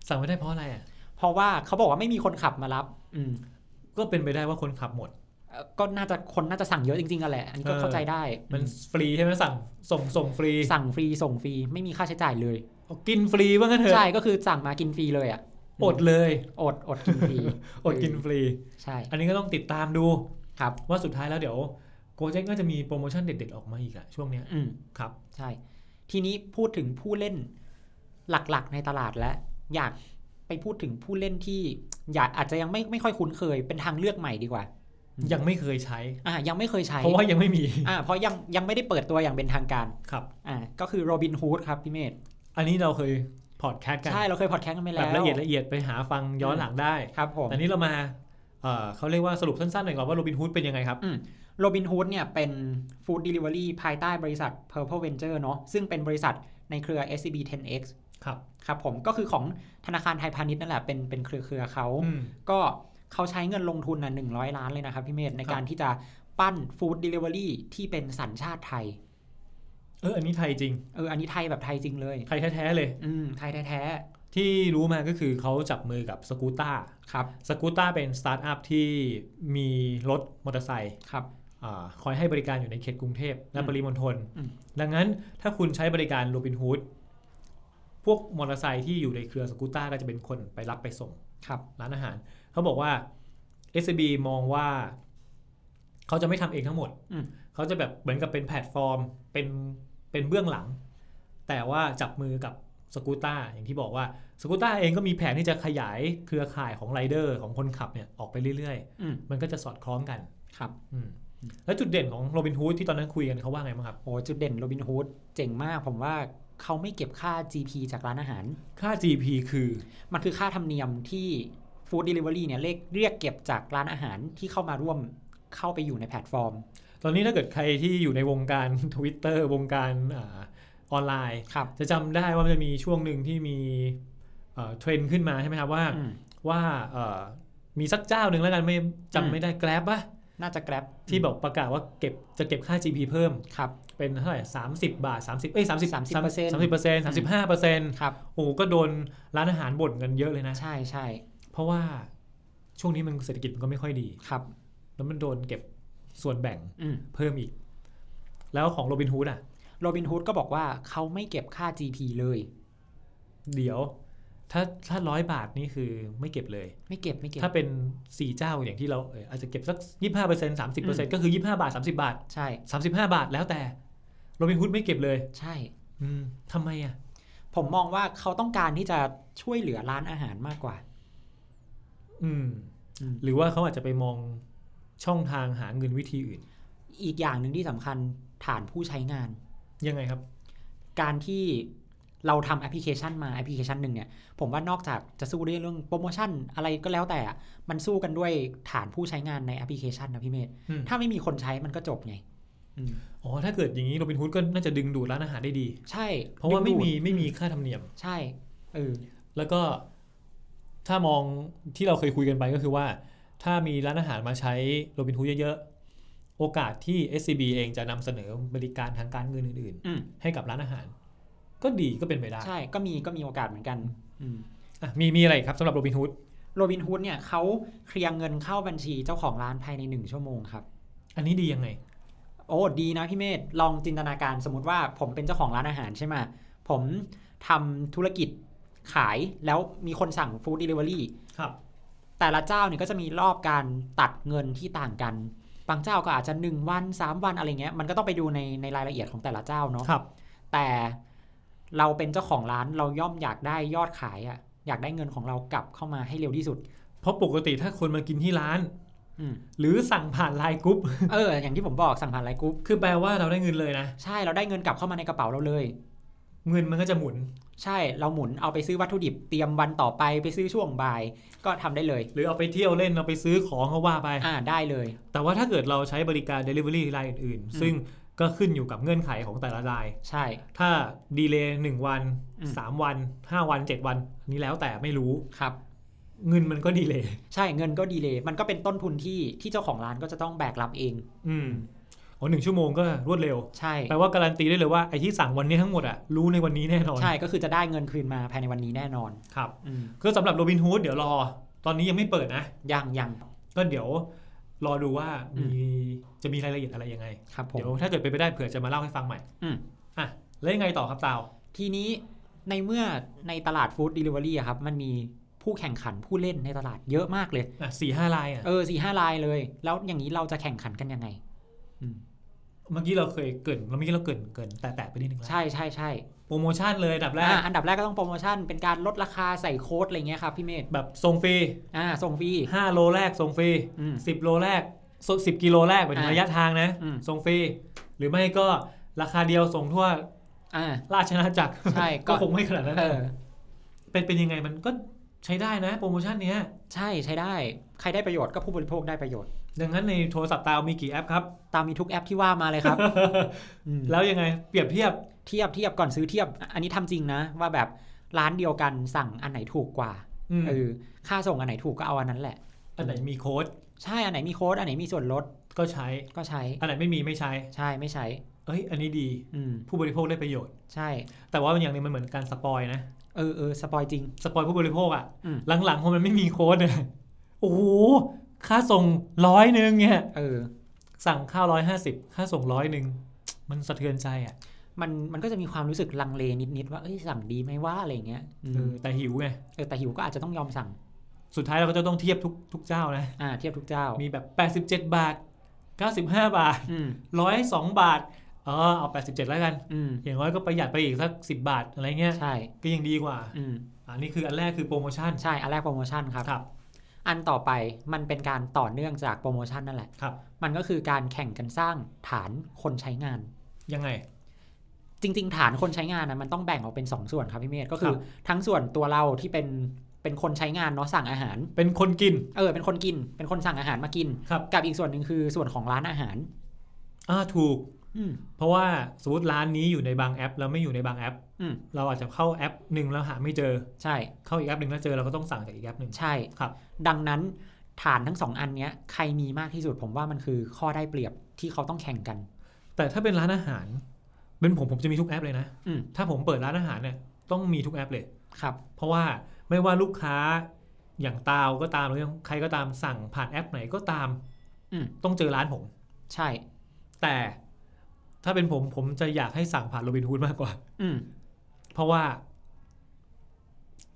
Speaker 2: (laughs)
Speaker 3: สั่งไม่ได้เพราะอะไรอ่ะ
Speaker 2: เพราะว่าเขาบอกว่าไม่มีคนขับมารับ อืม
Speaker 3: ก็เป็นไปได้ว่าคนขับหมด
Speaker 2: เอ่อก็น่าจะคนน่าจะสั่งเยอะจริงๆกันแหละ อันนี้ก็
Speaker 3: เออ
Speaker 2: เข้าใจได้
Speaker 3: มันฟรีใช่ไหมสั่งส่งส่งฟรี
Speaker 2: สั่งฟรีส่งฟรีไม่มีค่าใช้จ่ายเลย
Speaker 3: เอากินฟรีว่างั้นเถอะ
Speaker 2: ใช่ก็คือสั่งมากินฟรีเลยอ่ะ
Speaker 3: อดเลย
Speaker 2: อดอดกินฟรี
Speaker 3: อดกินฟรี
Speaker 2: ใช่
Speaker 3: อันนี้ก็ต้องติดตามดู
Speaker 2: ครับ
Speaker 3: ว่าสุดท้ายแล้วเดี๋ยวโกเจ k ก็จะมีโปรโมชั่นเด็ดๆออกมาอีกอะช่วงเนี้ย
Speaker 2: อืม
Speaker 3: ครับ
Speaker 2: ใช่ ทีนี้พูดถึงผู้เล่นหลักๆในตลาดแล้วอยากไปพูดถึงผู้เล่นที่อยากอาจจะยังไม่ไม่ค่อยคุ้นเคย เป็นทางเลือกใหม่ดีกว่า อืม
Speaker 3: ยังไม่เคยใช้
Speaker 2: อ่ะยังไม่เคยใช้
Speaker 3: เพราะว่ายังไม่มี
Speaker 2: อ่ะเพราะยังยังไม่ได้เปิดตัวอย่างเป็นทางการ
Speaker 3: ครับ
Speaker 2: อ่ะก็คือโรบินฮูดครับพี่เมธ
Speaker 3: อันนี้เราเคยพอดแคสต์กัน
Speaker 2: ใช่เราเคยพอดแคสต์กันไป
Speaker 3: แบ
Speaker 2: แล้ว
Speaker 3: บละเอียดละเอียดไปหาฟังย้อนหลังได้
Speaker 2: ครับผม
Speaker 3: แต่นี้เรามาเอ่อเขาเรียกว่าสรุปสั้นๆหน่อยก่อนว่าโรบินฮูดเป็นยังไงครับ
Speaker 2: โรบินฮูดเนี่ยเป็นฟู้ดเดลิเวอรี่ภายใต้บริษัท Purple Venture เนาะซึ่งเป็นบริษัทในเครือ SCB 10X
Speaker 3: ครับ
Speaker 2: ครับผมก็คือของธนาคารไทยพาณิชย์นั่นแหละเป็นเป็นเครือเครือเขา
Speaker 3: อืม
Speaker 2: ก็เขาใช้เงินลงทุนน่ะ100 ล้านเลยนะครับพี่เมธใน
Speaker 3: ครับ
Speaker 2: การที่จะปั้นฟู้ดเดลิเวอรี่ที่เป็นสัญชาติไทย
Speaker 3: เอออันนี้ไทยจริง
Speaker 2: เออ อันนี้ไทยแบบไทยจริงเลย
Speaker 3: ไทยแท้ๆเลย
Speaker 2: อืม ไทยแท้
Speaker 3: ที่รู้มาก็คือเขาจับมือกับสกูต้า
Speaker 2: ๆครับ
Speaker 3: สกูต้าเป็นสตาร์ทอัพที่มีรถมอเตอร์ไซค์
Speaker 2: ครับ
Speaker 3: อ่าคอยให้บริการอยู่ในเขตกรุงเทพและ
Speaker 2: อืม
Speaker 3: ปริมณฑล
Speaker 2: อืม
Speaker 3: ดังนั้นถ้าคุณใช้บริการโรบินฮูดพวกมอเตอร์ไซค์ที่อยู่ในเครือสกูต้าก็จะเป็นคนไปรับไปส่ง
Speaker 2: ครับ
Speaker 3: ร้านอาหาร เขาบอกว่า SCB มองว่า เขาจะไม่ทำเองทั้งหมด
Speaker 2: อืม
Speaker 3: เขาจะแบบเหมือนกับเป็นแพลตฟอร์ม เป็นเป็นเบื้องหลัง แต่ว่าจับมือกับสกูต้าอย่างที่บอกว่าสกูต้าเองก็มีแผนที่จะขยายเครือข่ายของไรเดอร์ของคนขับเนี่ยออกไปเรื่อย
Speaker 2: อืม
Speaker 3: ๆ มันก็จะสอดคล้องกัน
Speaker 2: ครับ
Speaker 3: อืมแล้วจุดเด่นของโรบินฮูดที่ตอนนั้นคุยกันเขาว่าไงบ้างครับ
Speaker 2: โอ้จุดเด่นโรบินฮูดเจ๋งมาก ผมว่าเขาไม่เก็บค่า GP จากร้านอาหาร
Speaker 3: ค่า GP คือ
Speaker 2: มันคือค่าธรรมเนียมที่ฟู้ดเดลิเวอรี่เนี่ยเลขเรียกเก็บจากร้านอาหารที่เข้ามาร่วมเข้าไปอยู่ในแพลตฟอร์ม
Speaker 3: ตอนนี้ถ้าเกิดใครที่อยู่ในวงการ (laughs) Twitter วงการอาออนไลน์
Speaker 2: ครับ
Speaker 3: จะจำได้ว่ามันจะมีช่วงหนึ่งที่มีเอ่อเทรนด์ขึ้นมาใช่ไหมครับว่า
Speaker 2: อืม
Speaker 3: ว่าเอ่อมีสักเจ้าหนึ่งแล้วกันไม่จำ
Speaker 2: อืม
Speaker 3: ไม่ได้แกลบปะ
Speaker 2: น่าจะแกร็บ
Speaker 3: ที่บอกประกาศว่าเก็บจะเก็บค่า GP เพิ่ม
Speaker 2: ครับ
Speaker 3: เป็นเท่าไหร่30 บาท 30 เอ้ย
Speaker 2: 30%
Speaker 3: 30สามสิบเปอร์เซ็นต์สามสิบห้าเปอร์เซ็นต์
Speaker 2: ครับ
Speaker 3: โอ้โหก็โดนร้านอาหารบ่นกันเยอะเลยนะ
Speaker 2: ใช่ใช่
Speaker 3: เพราะว่าช่วงนี้มันเศรษฐกิจมันก็ไม่ค่อยดี
Speaker 2: ครับ
Speaker 3: แล้วมันโดนเก็บส่วนแบ่ง
Speaker 2: อืม
Speaker 3: เพิ่มอีก แล้วของโรบินฮูดอ่ะ
Speaker 2: โรบินฮูดก็บอกว่าเขาไม่เก็บค่า GP เลย
Speaker 3: เดี๋ยว ถ้าถ้าร้อยบาทนี่คือไม่เก็บเลย
Speaker 2: ไม่เก็บไม่เก็บ
Speaker 3: ถ้าเป็น 4 เจ้าอย่างที่เราเอ่ยอาจจะเก็บสัก 25% 30%ก็คือ 25 บาท 30 บาท
Speaker 2: ใช่
Speaker 3: 35 บาทแล้วแต่โรบินฮูดไม่เก็บเลย
Speaker 2: ใช่
Speaker 3: อืมทำไมอ่ะ
Speaker 2: ผมมองว่าเขาต้องการที่จะช่วยเหลือร้านอาหารมากกว่า
Speaker 3: อืม
Speaker 2: อืม
Speaker 3: หรือว่าเขาอาจจะไปมองช่องทางหาเงินวิธีอื่น
Speaker 2: อีกอย่างหนึ่งที่สำคัญฐานผู้ใช้งาน
Speaker 3: ยังไงครับ
Speaker 2: การที่เราทำแอปพลิเคชันมาแอปพลิเคชันหนึ่งเนี่ย ผมว่านอกจากจะสู้ด้วยเรื่องโปรโมชั่นอะไรก็แล้วแต่อะมันสู้กันด้วยฐานผู้ใช้งานในแอปพลิเคชันนะพี่เมธ
Speaker 3: อืม
Speaker 2: ถ้าไม่มีคนใช้มันก็จบไงอืม
Speaker 3: อ๋อ ถ้าเกิดอย่างนี้โรบินฮูดก็น่าจะดึงดูดร้านอาหารได้ดี
Speaker 2: ใช่
Speaker 3: เพราะว่าไม่
Speaker 2: ดึงดู
Speaker 3: มี
Speaker 2: ด
Speaker 3: ไม่มีค่าธรรมเนียม
Speaker 2: ใช่เออ
Speaker 3: แล้วก็ ถ้ามองที่เราเคยคุยกันไปก็คือว่า ถ้ามีร้านอาหารมาใช้โรบินฮูดเยอะๆ โอกาสที่ SCB เองจะนำเสนอบริการทางการเงินอื่น
Speaker 2: อืม
Speaker 3: ๆ ให้กับร้านอาหาร ก็ดีก็เป็นไปได้
Speaker 2: ใช่ก็มีก็มีโอกาสเหมือนกันอืม
Speaker 3: อ่ะมีมีอะไรครับสำหรับโรบินฮูด
Speaker 2: โรบินฮูดเนี่ยเขาเคลียร์เงินเข้าบัญชีเจ้าของร้านภายใน 1 ชั่วโมงครับ
Speaker 3: อันนี้ดียังไง
Speaker 2: โอ้ดีนะพี่เมธลองจินตนาการสมมติว่าผมเป็นเจ้าของร้านอาหารใช่ไหมผมทำธุรกิจขายแล้วมีคนสั่งฟู้ดเดลิเวอรี่
Speaker 3: ครับ
Speaker 2: แต่ละเจ้าเนี่ยก็จะมีรอบการตัดเงินที่ต่างกัน บางเจ้าก็อาจจะ 1 วัน 3 วันอะไรเงี้ยมันก็ต้องไปดูในในรายละเอียดของแต่ละเจ้าเนาะ
Speaker 3: ครับ
Speaker 2: แต่เราเป็นเจ้าของร้านเราย่อมอยากได้ยอดขายอะอยากได้เงินของเรากลับเข้ามาให้เร็วที่สุด
Speaker 3: เพราะปกติถ้าคนมากินที่ร้าน
Speaker 2: อืม
Speaker 3: หรือสั่งผ่านไลน์กรุ๊ป (laughs)
Speaker 2: เอออย่างที่ผมบอกสั่งผ่านไลน์กรุ๊ป
Speaker 3: คือแปลว่าเราได้เงินเลยนะ
Speaker 2: ใช่เราได้เงินกลับเข้ามาในกระเป๋าเราเลย
Speaker 3: เงินมันก็จะหมุน
Speaker 2: ใช่เราหมุนเอาไปซื้อวัตถุดิบเตรียมวันต่อไปไปซื้อช่วงบ่ายก็ทำได้เลย
Speaker 3: หรือเอาไปเที่ยวเล่นเอาไปซื้อของก็ว่าไป
Speaker 2: อ่าได้เลย
Speaker 3: แต่ว่าถ้าเกิดเราใช้บริการ Delivery รายอื่น
Speaker 2: อืม
Speaker 3: ๆ ซึ่งก็ขึ้นอยู่กับเงื่อนไขของแต่ละราย
Speaker 2: ใช่
Speaker 3: ถ้าดีเลย์หนึ่งวัน
Speaker 2: อืม
Speaker 3: สามวันห้าวันเจ็ดวันอันนี้แล้วแต่ไม่รู้
Speaker 2: ครับ
Speaker 3: เงินมันก็ดีเลย์
Speaker 2: ใช่เงินก็ดีเลยมันก็เป็นต้นทุนที่ที่เจ้าของร้านก็จะต้องแบกรับเอง
Speaker 3: อืมอ๋อหนึ่งชั่วโมงก็รวดเร็ว
Speaker 2: ใช่
Speaker 3: แปลว่าการันตีได้เลยว่าไอ้ที่สั่งวันนี้ทั้งหมดอะรู้ในวันนี้แน่นอน
Speaker 2: ใช่ก็คือจะได้เงินคืนมาภายในวันนี้แน่นอน
Speaker 3: ครับ
Speaker 2: อืม
Speaker 3: ก็สำหรับโรบินฮูดเดี๋ยวรอ ตอนนี้ยังไม่เปิดนะ
Speaker 2: ยังยัง
Speaker 3: ก็เดี๋ยวรอดูว่ามีจะมีรายละเอียดอะไรยังไง
Speaker 2: ครับผม
Speaker 3: เดี๋ยวถ้าเกิดเป็นไปได้เผื่อจะมาเล่าให้ฟังใหม่
Speaker 2: อืม
Speaker 3: อ่ะแล้วยังไงต่อครับตาว
Speaker 2: ทีนี้ในเมื่อในตลาดฟู้ดเดลิเวอรี่อะครับมันมีผู้แข่งขันผู้เล่นในตลาดเยอะมากเลย
Speaker 3: อ่ะสี่ห้ารายอ่ะ
Speaker 2: เออสี่ห้ารายเลย แล้วอย่างนี้เราจะแข่งขันกันยังไง อืม
Speaker 3: เมื่อกี้เราเคยเกรินแล้วเมื่อกี้เราเกรินเกรินแต่แต่ไปนิดนึงแล้ว
Speaker 2: ใช่ใช่ใช่
Speaker 3: โปรโมชั่นเลยอันดับแรก
Speaker 2: อ่ะอันดับแรกก็ต้องโปรโมชั่นเป็นการลดราคาใส่โค้ดอะไรเงี้ยครับพี่เมธ
Speaker 3: แบบส่งฟรี
Speaker 2: อ่าส่งฟรี
Speaker 3: ห้าโลแรกส่งฟรี
Speaker 2: อืม
Speaker 3: สิบโลแรกสิบกิโลแรกไปถึง
Speaker 2: อ่ะ
Speaker 3: ระยะทางนะ
Speaker 2: อืม
Speaker 3: ส่งฟรีหรือไม่ก็ราคาเดียวส่งทั่ว
Speaker 2: อ่า
Speaker 3: ราชอาณาจักร
Speaker 2: ใช่
Speaker 3: (laughs)
Speaker 2: ก็
Speaker 3: ก็คงไม่ขนาดนั้น
Speaker 2: เอ
Speaker 3: นะ
Speaker 2: อ
Speaker 3: เป็นเป็นยังไงมันก็ใช้ได้นะโปรโมชั่นเนี้ย
Speaker 2: ใช่ใช้ได้ ใครได้ประโยชน์ก็ผู้บริโภคได้ประโยชน์
Speaker 3: ดังนั้นในโทรศัพท์ตาวมีกี่แอปครับ
Speaker 2: ตามมีทุกแอปที่ว่ามา
Speaker 3: (laughs)
Speaker 2: เลยครับ อืม
Speaker 3: แล้วยังไงเปรียบเทียบ
Speaker 2: เทียบเทียบก่อนซื้อเทียบ อันนี้ทำจริงนะ ว่าแบบร้านเดียวกันสั่งอันไหนถูกกว่า
Speaker 3: อืม
Speaker 2: เออค่าส่งอันไหนถูกก็เอาอันนั้นแหละ
Speaker 3: อันไหนมีโค้ด
Speaker 2: ใช่อันไหนมีโค้ดอันไหนมีส่วนลด
Speaker 3: ก็ใช้
Speaker 2: ก็ใช้
Speaker 3: อันไหนไม่มีไม่ใช้
Speaker 2: ใช่ไม่ใช้
Speaker 3: เอ้ย อันนี้ดี
Speaker 2: อืม
Speaker 3: ผู้บริโภคได้ประโยชน์
Speaker 2: ใช่
Speaker 3: แต่ว่าอย่างหนึงมันเหมือนการสปอยนะ
Speaker 2: เออเออสปอยจริง
Speaker 3: สปอยผู้บริโภคอะ
Speaker 2: อืม
Speaker 3: หลังๆพอมันไม่มีโค้ดเนี่ยโอ้โห ค่าส่งร้อยหนึ่งเนี่ย
Speaker 2: เออ
Speaker 3: สั่งข้าวร้อยห้าสิบค่าส่งร้อยหนึ่งมันสะเทือนใจอะ
Speaker 2: มันมันก็จะมีความรู้สึกลังเลนิดๆว่าเอ้ยสั่งดีไหมว่าอะไรเงี้ยอืม
Speaker 3: เออแต่หิวไง
Speaker 2: เออแต่หิวก็อาจจะต้องยอมสั่ง
Speaker 3: สุดท้ายเราก็จะต้องเทียบทุกทุกเจ้านะ
Speaker 2: อ่า เทียบทุกเจ้า
Speaker 3: มีแบบ 87 บาท 95 บาท
Speaker 2: อืม
Speaker 3: 102 บาท เออเอา 87 แล้วกัน
Speaker 2: อืม
Speaker 3: อย่างน้อยก็ประหยัดไปอีกสัก 10 บาทอะไรเงี้ย
Speaker 2: ใช่
Speaker 3: ก็ยังดีกว่า
Speaker 2: อืม
Speaker 3: อันนี้คืออันแรกคือโปรโมชั่น
Speaker 2: ใช่ อันแรกโปรโมชั่นครับ
Speaker 3: ครับ
Speaker 2: อันต่อไปมันเป็นการต่อเนื่องจากโปรโมชั่นนั่นแหละ
Speaker 3: ครับ
Speaker 2: มันก็คือการแข่งกันสร้างฐานคนใช้งาน
Speaker 3: ยังไง
Speaker 2: จริง ๆ ฐานคนใช้งานนะมันต้องแบ่งออกเป็น 2 ส่วนครับพี่เมธก็คือ
Speaker 3: ครับ
Speaker 2: ทั้งส่วนตัวเราที่เป็นเป็นคนใช้งานเนาะสั่งอาหาร
Speaker 3: เป็นคนกิน
Speaker 2: เออเป็นคนกิน เป็นคนสั่งอาหารมากิน
Speaker 3: ครับ
Speaker 2: กับอีกส่วนหนึ่งคือส่วนของร้านอาหาร
Speaker 3: อ่าถูก
Speaker 2: อืม
Speaker 3: เพราะว่าสมมติร้านนี้อยู่ในบางแอป แล้วไม่อยู่ในบางแอป
Speaker 2: อืม
Speaker 3: เราอาจจะเข้าแอปหนึ่งแล้วหาไม่เจอ
Speaker 2: ใช่
Speaker 3: เข้าอีกแอปหนึ่งแล้วเจอเราก็ต้องสั่งจากอีกแอปหนึ่ง
Speaker 2: ใช่
Speaker 3: ครับ
Speaker 2: ดังนั้นฐานทั้งสองอันเนี้ยใครมีมากที่สุดผมว่ามันคือข้อได้เปรียบที่เขาต้องแข่งกัน
Speaker 3: แต่ถ้าเป็นร้านอาหาร เป็นผมผมจะมีทุกแอปเลยนะ
Speaker 2: อืม
Speaker 3: ถ้าผมเปิดร้านอาหารเนี่ยต้องมีทุกแอปเลย
Speaker 2: ครับ
Speaker 3: เพราะว่าไม่ว่าลูกค้าอย่างตาวก็ตามหรือใครก็ตามสั่งผ่านแอปไหนก็ตาม
Speaker 2: อืม
Speaker 3: ต้องเจอร้านผม
Speaker 2: ใช่
Speaker 3: แต่ถ้าเป็นผมผมจะอยากให้สั่งผ่านโรบินฮูดมากกว่า
Speaker 2: อืม
Speaker 3: เพราะว่า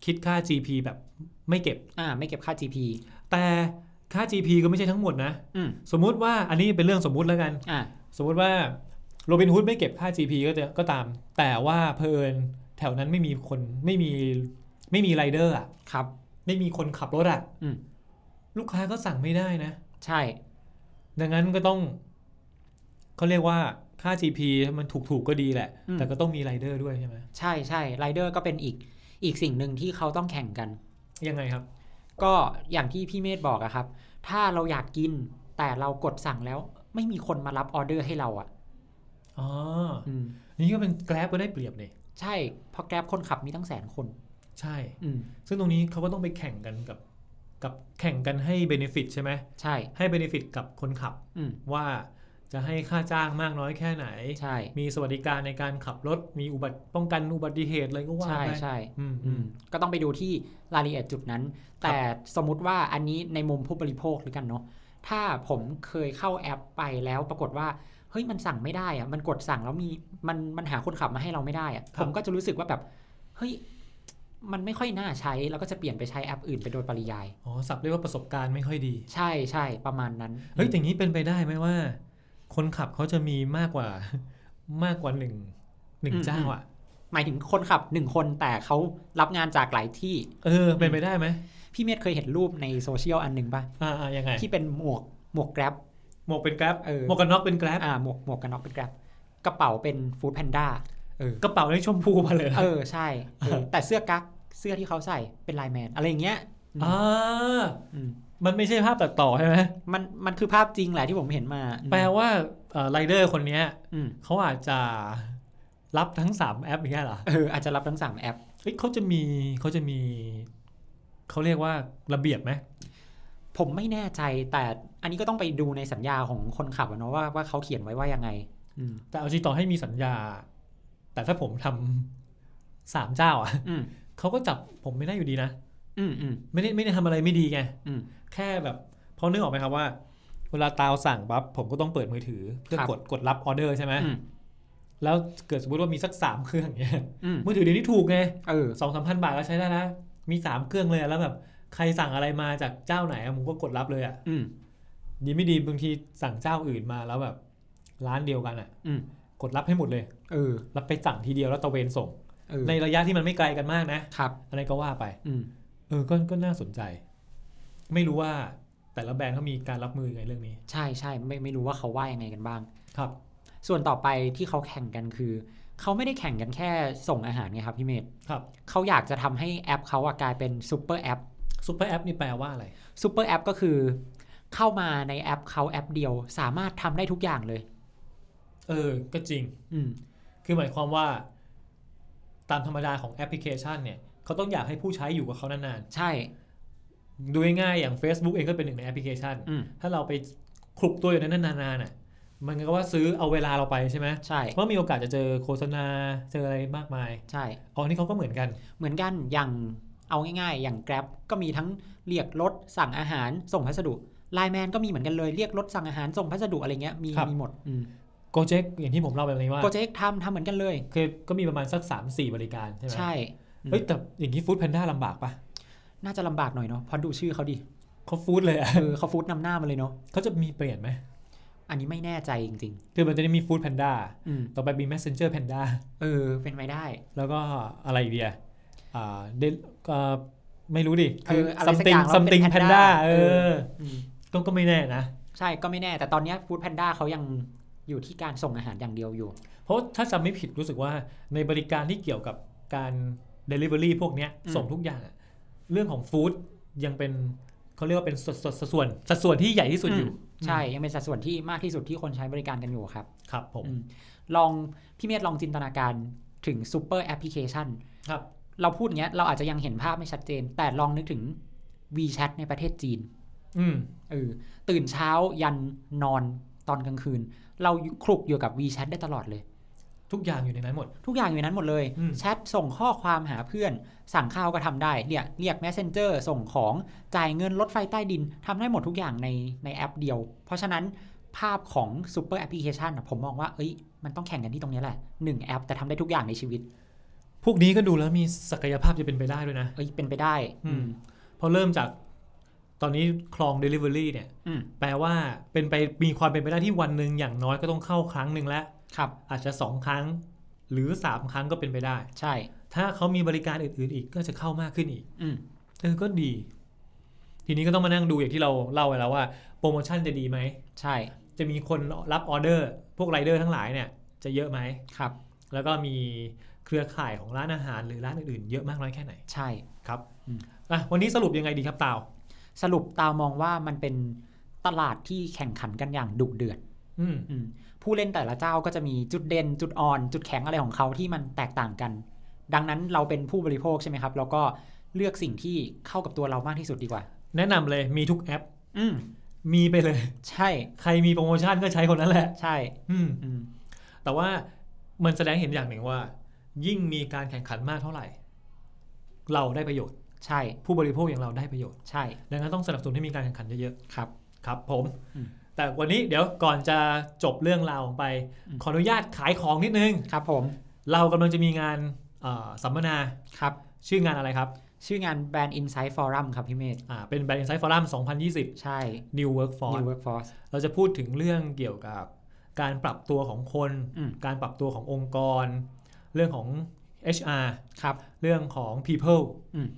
Speaker 3: คิดค่า GP แบบไม่เก็บ
Speaker 2: อ่า ไม่เก็บค่า GP
Speaker 3: แต่ค่า GP ก็ไม่ใช่ทั้งหมดนะ
Speaker 2: อืม
Speaker 3: สมมุติว่าอันนี้เป็นเรื่องสมมุติแล้วกัน
Speaker 2: อ่า
Speaker 3: สมมุติว่าโรบินฮูดไม่เก็บค่า GP ก็จะก็ตาม แต่ว่าเพลินแถวนั้นไม่มีคนไม่มีไม่มีไรเดอร์อ่ะ
Speaker 2: ครับ
Speaker 3: ไม่มีคนขับรถอ่ะ
Speaker 2: อืม
Speaker 3: ลูกค้าก็สั่งไม่ได้นะ
Speaker 2: ใช่
Speaker 3: ดังนั้นก็ต้องเขาเรียกว่าค่า GP มันถูกๆก็ดีแหละ
Speaker 2: อืม
Speaker 3: แต่ก็ต้องมีไรเดอร์ด้วยใช่ไหม
Speaker 2: ใช่ใช่ไรเดอร์ก็เป็นอีก อีกสิ่งหนึ่งที่เขาต้องแข่งกัน
Speaker 3: ยังไงครับ
Speaker 2: ก็อย่างที่พี่เมธบอกอะครับ ถ้าเราอยากกิน แต่เรากดสั่งแล้ว ไม่มีคนมารับออเดอร์ให้เราอะ
Speaker 3: อ๋อ
Speaker 2: อืม
Speaker 3: นี่ก็เป็นแกลบก็ได้เปรียบเลย
Speaker 2: ใช่เพราะแกร็บคนขับมีตั้งแสนคน
Speaker 3: ใช่
Speaker 2: อืม
Speaker 3: ซึ่งตรงนี้เขาก็ต้องไปแข่งกันกับกับแข่งกันให้เบนฟิตใช่ไหม
Speaker 2: ใช่
Speaker 3: ให้เบนฟิตกับคนขับ
Speaker 2: อืม
Speaker 3: ว่าจะให้ค่าจ้างมากน้อยแค่ไหน
Speaker 2: ใช่
Speaker 3: มีสวัสดิการในการขับรถมีอุบัติป้องกันอุบัติเหตุอะไรก็ว่า
Speaker 2: ใช่
Speaker 3: ไป
Speaker 2: ใช่
Speaker 3: อืม
Speaker 2: อื
Speaker 3: อื
Speaker 2: ม
Speaker 3: ม
Speaker 2: ก็ต้องไปดูที่รายละเอียดจุดนั้น แต่สมมติว่าอันนี้ในมุมผู้บริโภคหรือกันเนาะถ้าผมเคยเข้าแอปไปแล้วปรากฏว่าเฮ้ยมันสั่งไม่ได้อะมันกดสั่งแล้วมีมันมันหาคนขับมาให้เราไม่ได้อะ
Speaker 3: ครั
Speaker 2: ผ
Speaker 3: บ
Speaker 2: มก็จะรู้สึกว่าแบบเฮ้ยมันไม่ค่อยน่าใช้แล้วก็จะเปลี่ยนไปใช้แอปอื่นไปโดยปริยาย
Speaker 3: อ๋อสับเรียกว่าประสบการณ์ไม่ค่อยดี
Speaker 2: ใช่ใช่ประมาณนั้น
Speaker 3: เฮ้ยแต่อย่างนี้เป็นไปได้ไหมว่า คนขับเขาจะมีมากกว่า (laughs) มากกว่าหนึ่งหนึ่งเจ้าอ่ะ
Speaker 2: หมายถึงคนขับหนึ่งคนแต่เขารับงานจากหลายที่
Speaker 3: เออ เป็นไปได้ไหม
Speaker 2: พี่เมธเคยเห็นรูปในโซเชียลอันหนึ่งป่ะ
Speaker 3: อ่าอ่ายังไง
Speaker 2: ที่เป็นหมวกหมวกแกร็บ
Speaker 3: หมวกเป็นแกร็บ
Speaker 2: เออ
Speaker 3: หมวกกันน็อกเป็นแกร็บ
Speaker 2: อ่าหมวกหมวกกันน็อกเป็นแกร็บกระเป๋าเป็นฟู้ดแพนด้าเออก
Speaker 3: ระเป๋าในชมพูมาเลย
Speaker 2: เออใช่เออแต่เสื้อกั๊กเสื้อที่เขาใส่เป็นไลน์แมนอะไรอย่างเงี้ยอืม
Speaker 3: อ่า
Speaker 2: อืม
Speaker 3: มันไม่ใช่ภาพตัดต่อใช่ไหม
Speaker 2: มันมันคือภาพจริงแหละที่ผมเห็นมาอืม
Speaker 3: แปลว่าไรเดอร์คนเนี้ย
Speaker 2: อืม
Speaker 3: เขาอาจจะรับทั้ง 3 แอปอย่างเงี้ยเหรอ
Speaker 2: เอออาจจะรับทั้งสามแอป
Speaker 3: เฮ้ยเขาจะมีเขาจะมีเขาเรียกว่าระเบียบไหม
Speaker 2: ผมไม่แน่ใจแต่อันนี้ก็ต้องไปดูในสัญญาของคนขับอะเนาะว่าว่าเขาเขียนไว้ว่ายังไง อืม
Speaker 3: แต่เอาจริงต่อให้มีสัญญา แต่ถ้าผมทำสามเจ้าอ่ะ
Speaker 2: อืม
Speaker 3: เขาก็จับผมไม่ได้อยู่ดีนะ
Speaker 2: อืมอืม
Speaker 3: ไม่ได้ไม่ได้ทำอะไรไม่ดีไง
Speaker 2: อืม
Speaker 3: แค่แบบเพราะนึกออกไหมครับว่า เวลาตาวสั่งปั๊บผมก็ต้องเปิดมือถือ เพื่อ
Speaker 2: ครับ
Speaker 3: กดกดรับออเดอร์ใช่ไหม
Speaker 2: อืม
Speaker 3: แล้วเกิดสมมติว่ามีสักสามเครื่องเนี้ย
Speaker 2: อืม
Speaker 3: มือถือเดี๋ยวนี้ถูกไง
Speaker 2: เออ
Speaker 3: สองสามพันบาทก็ใช้ได้นะมีสามเครื่องเลยอะแล้วแบบใครสั่งอะไรมาจากเจ้าไหนอะผมก็กดรับเลยอ่ะ
Speaker 2: อืม
Speaker 3: ดีไม่ดีบางทีสั่งเจ้าอื่นมาแล้วแบบ ร้านเดียวกันอ่ะ
Speaker 2: อืม
Speaker 3: กดรับให้หมดเลย
Speaker 2: เออ
Speaker 3: รับไปสั่งทีเดียวแล้วตะเวนส่ง
Speaker 2: เออ
Speaker 3: ในระยะที่มันไม่ไกลกันมากนะครับ อะไรก็ว่าไป
Speaker 2: อืม
Speaker 3: เออก็ก็น่าสนใจ ไม่รู้ว่าแต่ละแบรนด์เขามีการรับมือยังไงเรื่องนี้
Speaker 2: ใช่ใช่ไม่ไม่รู้ว่าเขาว่ายังไงกันบ้าง
Speaker 3: ครับ
Speaker 2: ส่วนต่อไปที่เขาแข่งกันคือ เขาไม่ได้แข่งกันแค่ส่งอาหารไงครับพี่เมธ
Speaker 3: ครับ
Speaker 2: เขาอยากจะทำให้แอปเขาอะกลายเป็นซูเปอร์แอป
Speaker 3: ซูเปอร์แอปนี่แปลว่าอะไร
Speaker 2: ซูเปอร์แอปก็คือ เข้ามาในแอปเขาแอปเดียว สามารถทำได้ทุกอย่างเลย
Speaker 3: เออ ก็จริง
Speaker 2: อืม
Speaker 3: คือหมายความว่า ตามธรรมดาของแอปพลิเคชันเนี่ยเขาต้องอยากให้ผู้ใช้อยู่กับเขานาน
Speaker 2: ใช่
Speaker 3: ๆ ดูง่ายๆอย่าง Facebook เองก็เป็นหนึ่งในแอปพลิเคชัน
Speaker 2: อืม
Speaker 3: ถ้าเราไปคลุกตัวอยู่ในนั้นนานๆน่ะ มันก็ว่าซื้อเอาเวลาเราไปใช่ไหม
Speaker 2: ใช่
Speaker 3: เพราะมีโอกาสจะเจอโฆษณาเจออะไรมากมาย
Speaker 2: ใช่
Speaker 3: อ๋อ นี่เขาก็เหมือนกัน
Speaker 2: เหมือนกันอย่างเอาง่ายๆ อย่าง Grab ก็มีทั้งเรียกรถสั่งอาหารส่งพัสดุไลแมนก็มีเหมือนกันเลยเรียกรถสั่งอาหารส่งพัสดุอะไรเงี้ยมี
Speaker 3: ครับ
Speaker 2: มีหมดอืม
Speaker 3: โกเจกอย่างที่ผมเล่าไปนี้ว่า
Speaker 2: โปรเจกต์ทำทำเหมือนกันเลย
Speaker 3: คือก็มีประมาณสัก3 4 บริการใช่ไหม
Speaker 2: ใช่ อืม
Speaker 3: เฮ้ยแต่อย่างนี้ฟู้ดแพนด้าลำบากปะ
Speaker 2: น่าจะลำบากหน่อยเนาะเพราะดูชื่อเขาดิ
Speaker 3: เขาฟู้ดเลยอะ (laughs)
Speaker 2: เออเขาฟู้ดนำหน้ามาเลยเนาะ
Speaker 3: เขาจะมีเปลี่ยนไหม
Speaker 2: อันนี้ไม่แน่ใจจริง
Speaker 3: คือมันจะได้มีฟู้ดแพนด้า
Speaker 2: ๆ อืม
Speaker 3: ต่อไปมี Messenger Panda
Speaker 2: เออ เป็นไปได้
Speaker 3: แล้วก็อะไรอีกเดียอ่าเดนอ่าไม่รู้ดิ คือ
Speaker 2: เอออะไรสักอ
Speaker 3: something
Speaker 2: ย่างแล้วเป็น Panda
Speaker 3: something panda เอ
Speaker 2: เอ
Speaker 3: อ
Speaker 2: อืม
Speaker 3: ก็ก็ไม่แน่นะ
Speaker 2: ใช่ก็ไม่แน่ แต่ตอนเนี้ฟู้ดแพนด้าเขายังอยู่ที่การส่งอาหารอย่างเดียวอยู่
Speaker 3: เพราะถ้าจำไม่ผิดรู้สึกว่าในบริการที่เกี่ยวกับการ Delivery พวกเนี้ย
Speaker 2: อืม
Speaker 3: ส่งทุกอย่างอะเรื่องของฟู้ดยังเป็นเขาเรียกว่าเป็นสดสดสัดส่วนสัดส่วนที่ใหญ่ที่สุดอยู่
Speaker 2: ใช่ยังเป็นสัดส่วนที่มากที่สุดที่คนใช้บริการกันอยู่ครับ
Speaker 3: ครับผม
Speaker 2: อืมลองพี่เมธลองจินตนาการถึงซูเปอร์แอปพลิเคชัน
Speaker 3: ครับ
Speaker 2: เราพูดเงี้ยเราอาจจะยังเห็นภาพไม่ชัดเจน แต่ลองนึกถึง WeChat ในประเทศจีน
Speaker 3: อืม
Speaker 2: เออตื่นเช้ายันนอนตอนกลางคืน เราคลุกอยู่กับ WeChat ได้ตลอดเลย
Speaker 3: ทุกอย่างอยู่ในนั้นหมด
Speaker 2: ทุกอย่างอยู่ในนั้นหมดเลย
Speaker 3: อืม
Speaker 2: แชทส่งข้อความหาเพื่อน สั่งข้าวก็ทำได้เนี่ยเรียก Messenger ส่งของจ่ายเงินรถไฟใต้ดินทำได้หมดทุกอย่างในในแอปเดียว เพราะฉะนั้นภาพของซูเปอร์แอปพลิเคชันอะผมมองว่าเอ้ยมันต้องแข่งกันที่ตรงเนี้ยแหละหนึ่งแอปแต่ทำได้ทุกอย่างในชีวิต
Speaker 3: พวกนี้ก็ดูแล้วมีศักยภาพจะเป็นไปได้ด้วยนะ
Speaker 2: เอ้ยเป็นไปได้
Speaker 3: อืม พอเริ่มจากตอนนี้คลอง Delivery เนี่ย
Speaker 2: อืม
Speaker 3: แปลว่าเป็นไปมีความเป็นไปได้ที่วันหนึ่งอย่างน้อยก็ต้องเข้าครั้งหนึ่งแล้ว
Speaker 2: ครับ
Speaker 3: อาจจะ 2 ครั้ง หรือ 3 ครั้งก็เป็นไปได้
Speaker 2: ใช่
Speaker 3: ถ้าเขามีบริการอื่นๆอีกก็จะเข้ามากขึ้นอีก
Speaker 2: อืม
Speaker 3: เออก็ดี ทีนี้ก็ต้องมานั่งดูอย่างที่เราเล่าไปแล้วว่าโปรโมชั่นจะดีไหม
Speaker 2: ใช่
Speaker 3: จะมีคนรับออเดอร์ พวกไรเดอร์ทั้งหลายเนี่ย จะเยอะไหม
Speaker 2: ครับ
Speaker 3: แล้วก็มีเครือข่ายของร้านอาหารหรือร้านอื่นๆเยอะมากน้อยแค่ไหน
Speaker 2: ใช่
Speaker 3: ครับ
Speaker 2: อืม
Speaker 3: อ่ะวันนี้สรุปยังไงดีครับตาว
Speaker 2: สรุปตามองว่ามันเป็นตลาดที่แข่งขันกันอย่างดุเดือด
Speaker 3: อืม
Speaker 2: อืมผู้เล่นแต่ละเจ้าก็จะมีจุดเด่นจุดอ่อน จุดแข็งอะไรของเขาที่มันแตกต่างกัน ดังนั้นเราเป็นผู้บริโภคใช่ไหมครับ แล้วก็เลือกสิ่งที่เข้ากับตัวเรามากที่สุดดีกว่า
Speaker 3: แนะนำเลยมีทุกแอป
Speaker 2: อืม
Speaker 3: มีไปเลย
Speaker 2: ใช่
Speaker 3: ใครมีโปรโมชั่นก็ใช้คนนั้นแหละ
Speaker 2: ใช่
Speaker 3: อืม
Speaker 2: อืม
Speaker 3: แต่ว่ามันแสดงเห็นอย่างหนึ่งว่า ยิ่งมีการแข่งขันมากเท่าไหร่ เราได้ประโยชน์
Speaker 2: ใช่
Speaker 3: ผู้บริโภคอย่างเราได้ประโยชน์
Speaker 2: ใช่
Speaker 3: ดังนั้นต้องสนับสนุนให้มีการแข่งขันเยอะ
Speaker 2: ครับ
Speaker 3: ๆครับ ผม
Speaker 2: อืม
Speaker 3: แต่วันนี้เดี๋ยวก่อนจะจบเรื่องราวไป
Speaker 2: อืม
Speaker 3: ขออนุญาตขายของนิดนึง
Speaker 2: ครับผม
Speaker 3: เรากำลังจะมีงานเอ่อสัมมนา
Speaker 2: ครับ
Speaker 3: ชื่องานอะไรครับ
Speaker 2: ชื่องาน Brand Insight Forum ครับพี่เมธ
Speaker 3: อ่าเป็น Brand Insight Forum
Speaker 2: ใช่
Speaker 3: 2020 New Workforce
Speaker 2: New Workforce
Speaker 3: เราจะพูดถึงเรื่องเกี่ยวกับการปรับตัวของคน
Speaker 2: อืม
Speaker 3: การปรับตัวขององค์กร เรื่องของ HR
Speaker 2: ครับ
Speaker 3: เรื่องของ people
Speaker 2: อืม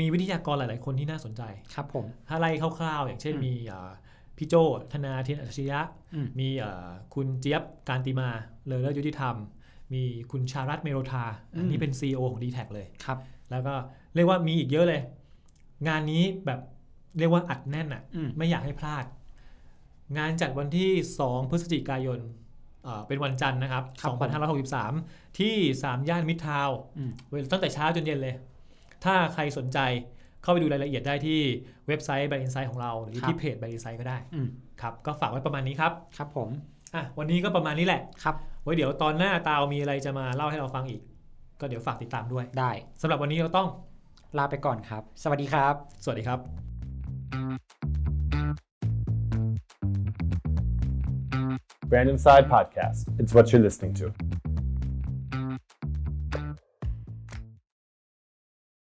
Speaker 3: มีวิทยากรหลาย ๆ คนที่น่าสนใจ
Speaker 2: ครับผม
Speaker 3: ถ้าไล่คร่าว ๆ อย่างเช่น
Speaker 2: อืม
Speaker 3: มีเอ่อพี่โจธนาเทียนอัจฉริยะ
Speaker 2: อืม
Speaker 3: มีเอ่อคุณเจี๊ยบการติมา เลอเลอยุติธรรม มีคุณชารัตน์เมโรธาอันนี้เป็น CEO ของ d t แทเลย
Speaker 2: ครับ
Speaker 3: แล้วก็เรียกว่ามีอีกเยอะเลย งานนี้แบบเรียกว่าอัดแน่นอะ
Speaker 2: อืม
Speaker 3: ไม่อยากให้พลาด งานจัดวันที่ 2 พฤศจิกายนเอ่อเป็นวันจันทร์นะครับ
Speaker 2: ครับผม
Speaker 3: 2563 ที่ 3 ย่านมิตรทาวน์
Speaker 2: อืม
Speaker 3: เวลาตั้งแต่เช้าจนเย็นเลย ถ้าใครสนใจเข้าไปดูรายละเอียดได้ที่เว็บไซต์ b บ i n s i ซ h t ของเรา หรือที่เพจ b บ i n s i ซ h t ก็ได้
Speaker 2: อืม
Speaker 3: ครับ ก็ฝากไว้ประมาณนี้ครับ
Speaker 2: ครับผม
Speaker 3: อ่ะวันนี้ก็ประมาณนี้แหละ
Speaker 2: ครับ
Speaker 3: ไว้เดี๋ยวตอนหน้าตาวมีอะไรจะมาเล่าให้เราฟังอีก ก็เดี๋ยวฝากติดตามด้วย
Speaker 2: ได้
Speaker 3: สำหรับวันนี้เราต้อง
Speaker 2: ลาไปก่อนครับ สวัสดีครับ
Speaker 3: สวัสดีครับ
Speaker 1: Brand Inside Podcast. It's what you're listening to.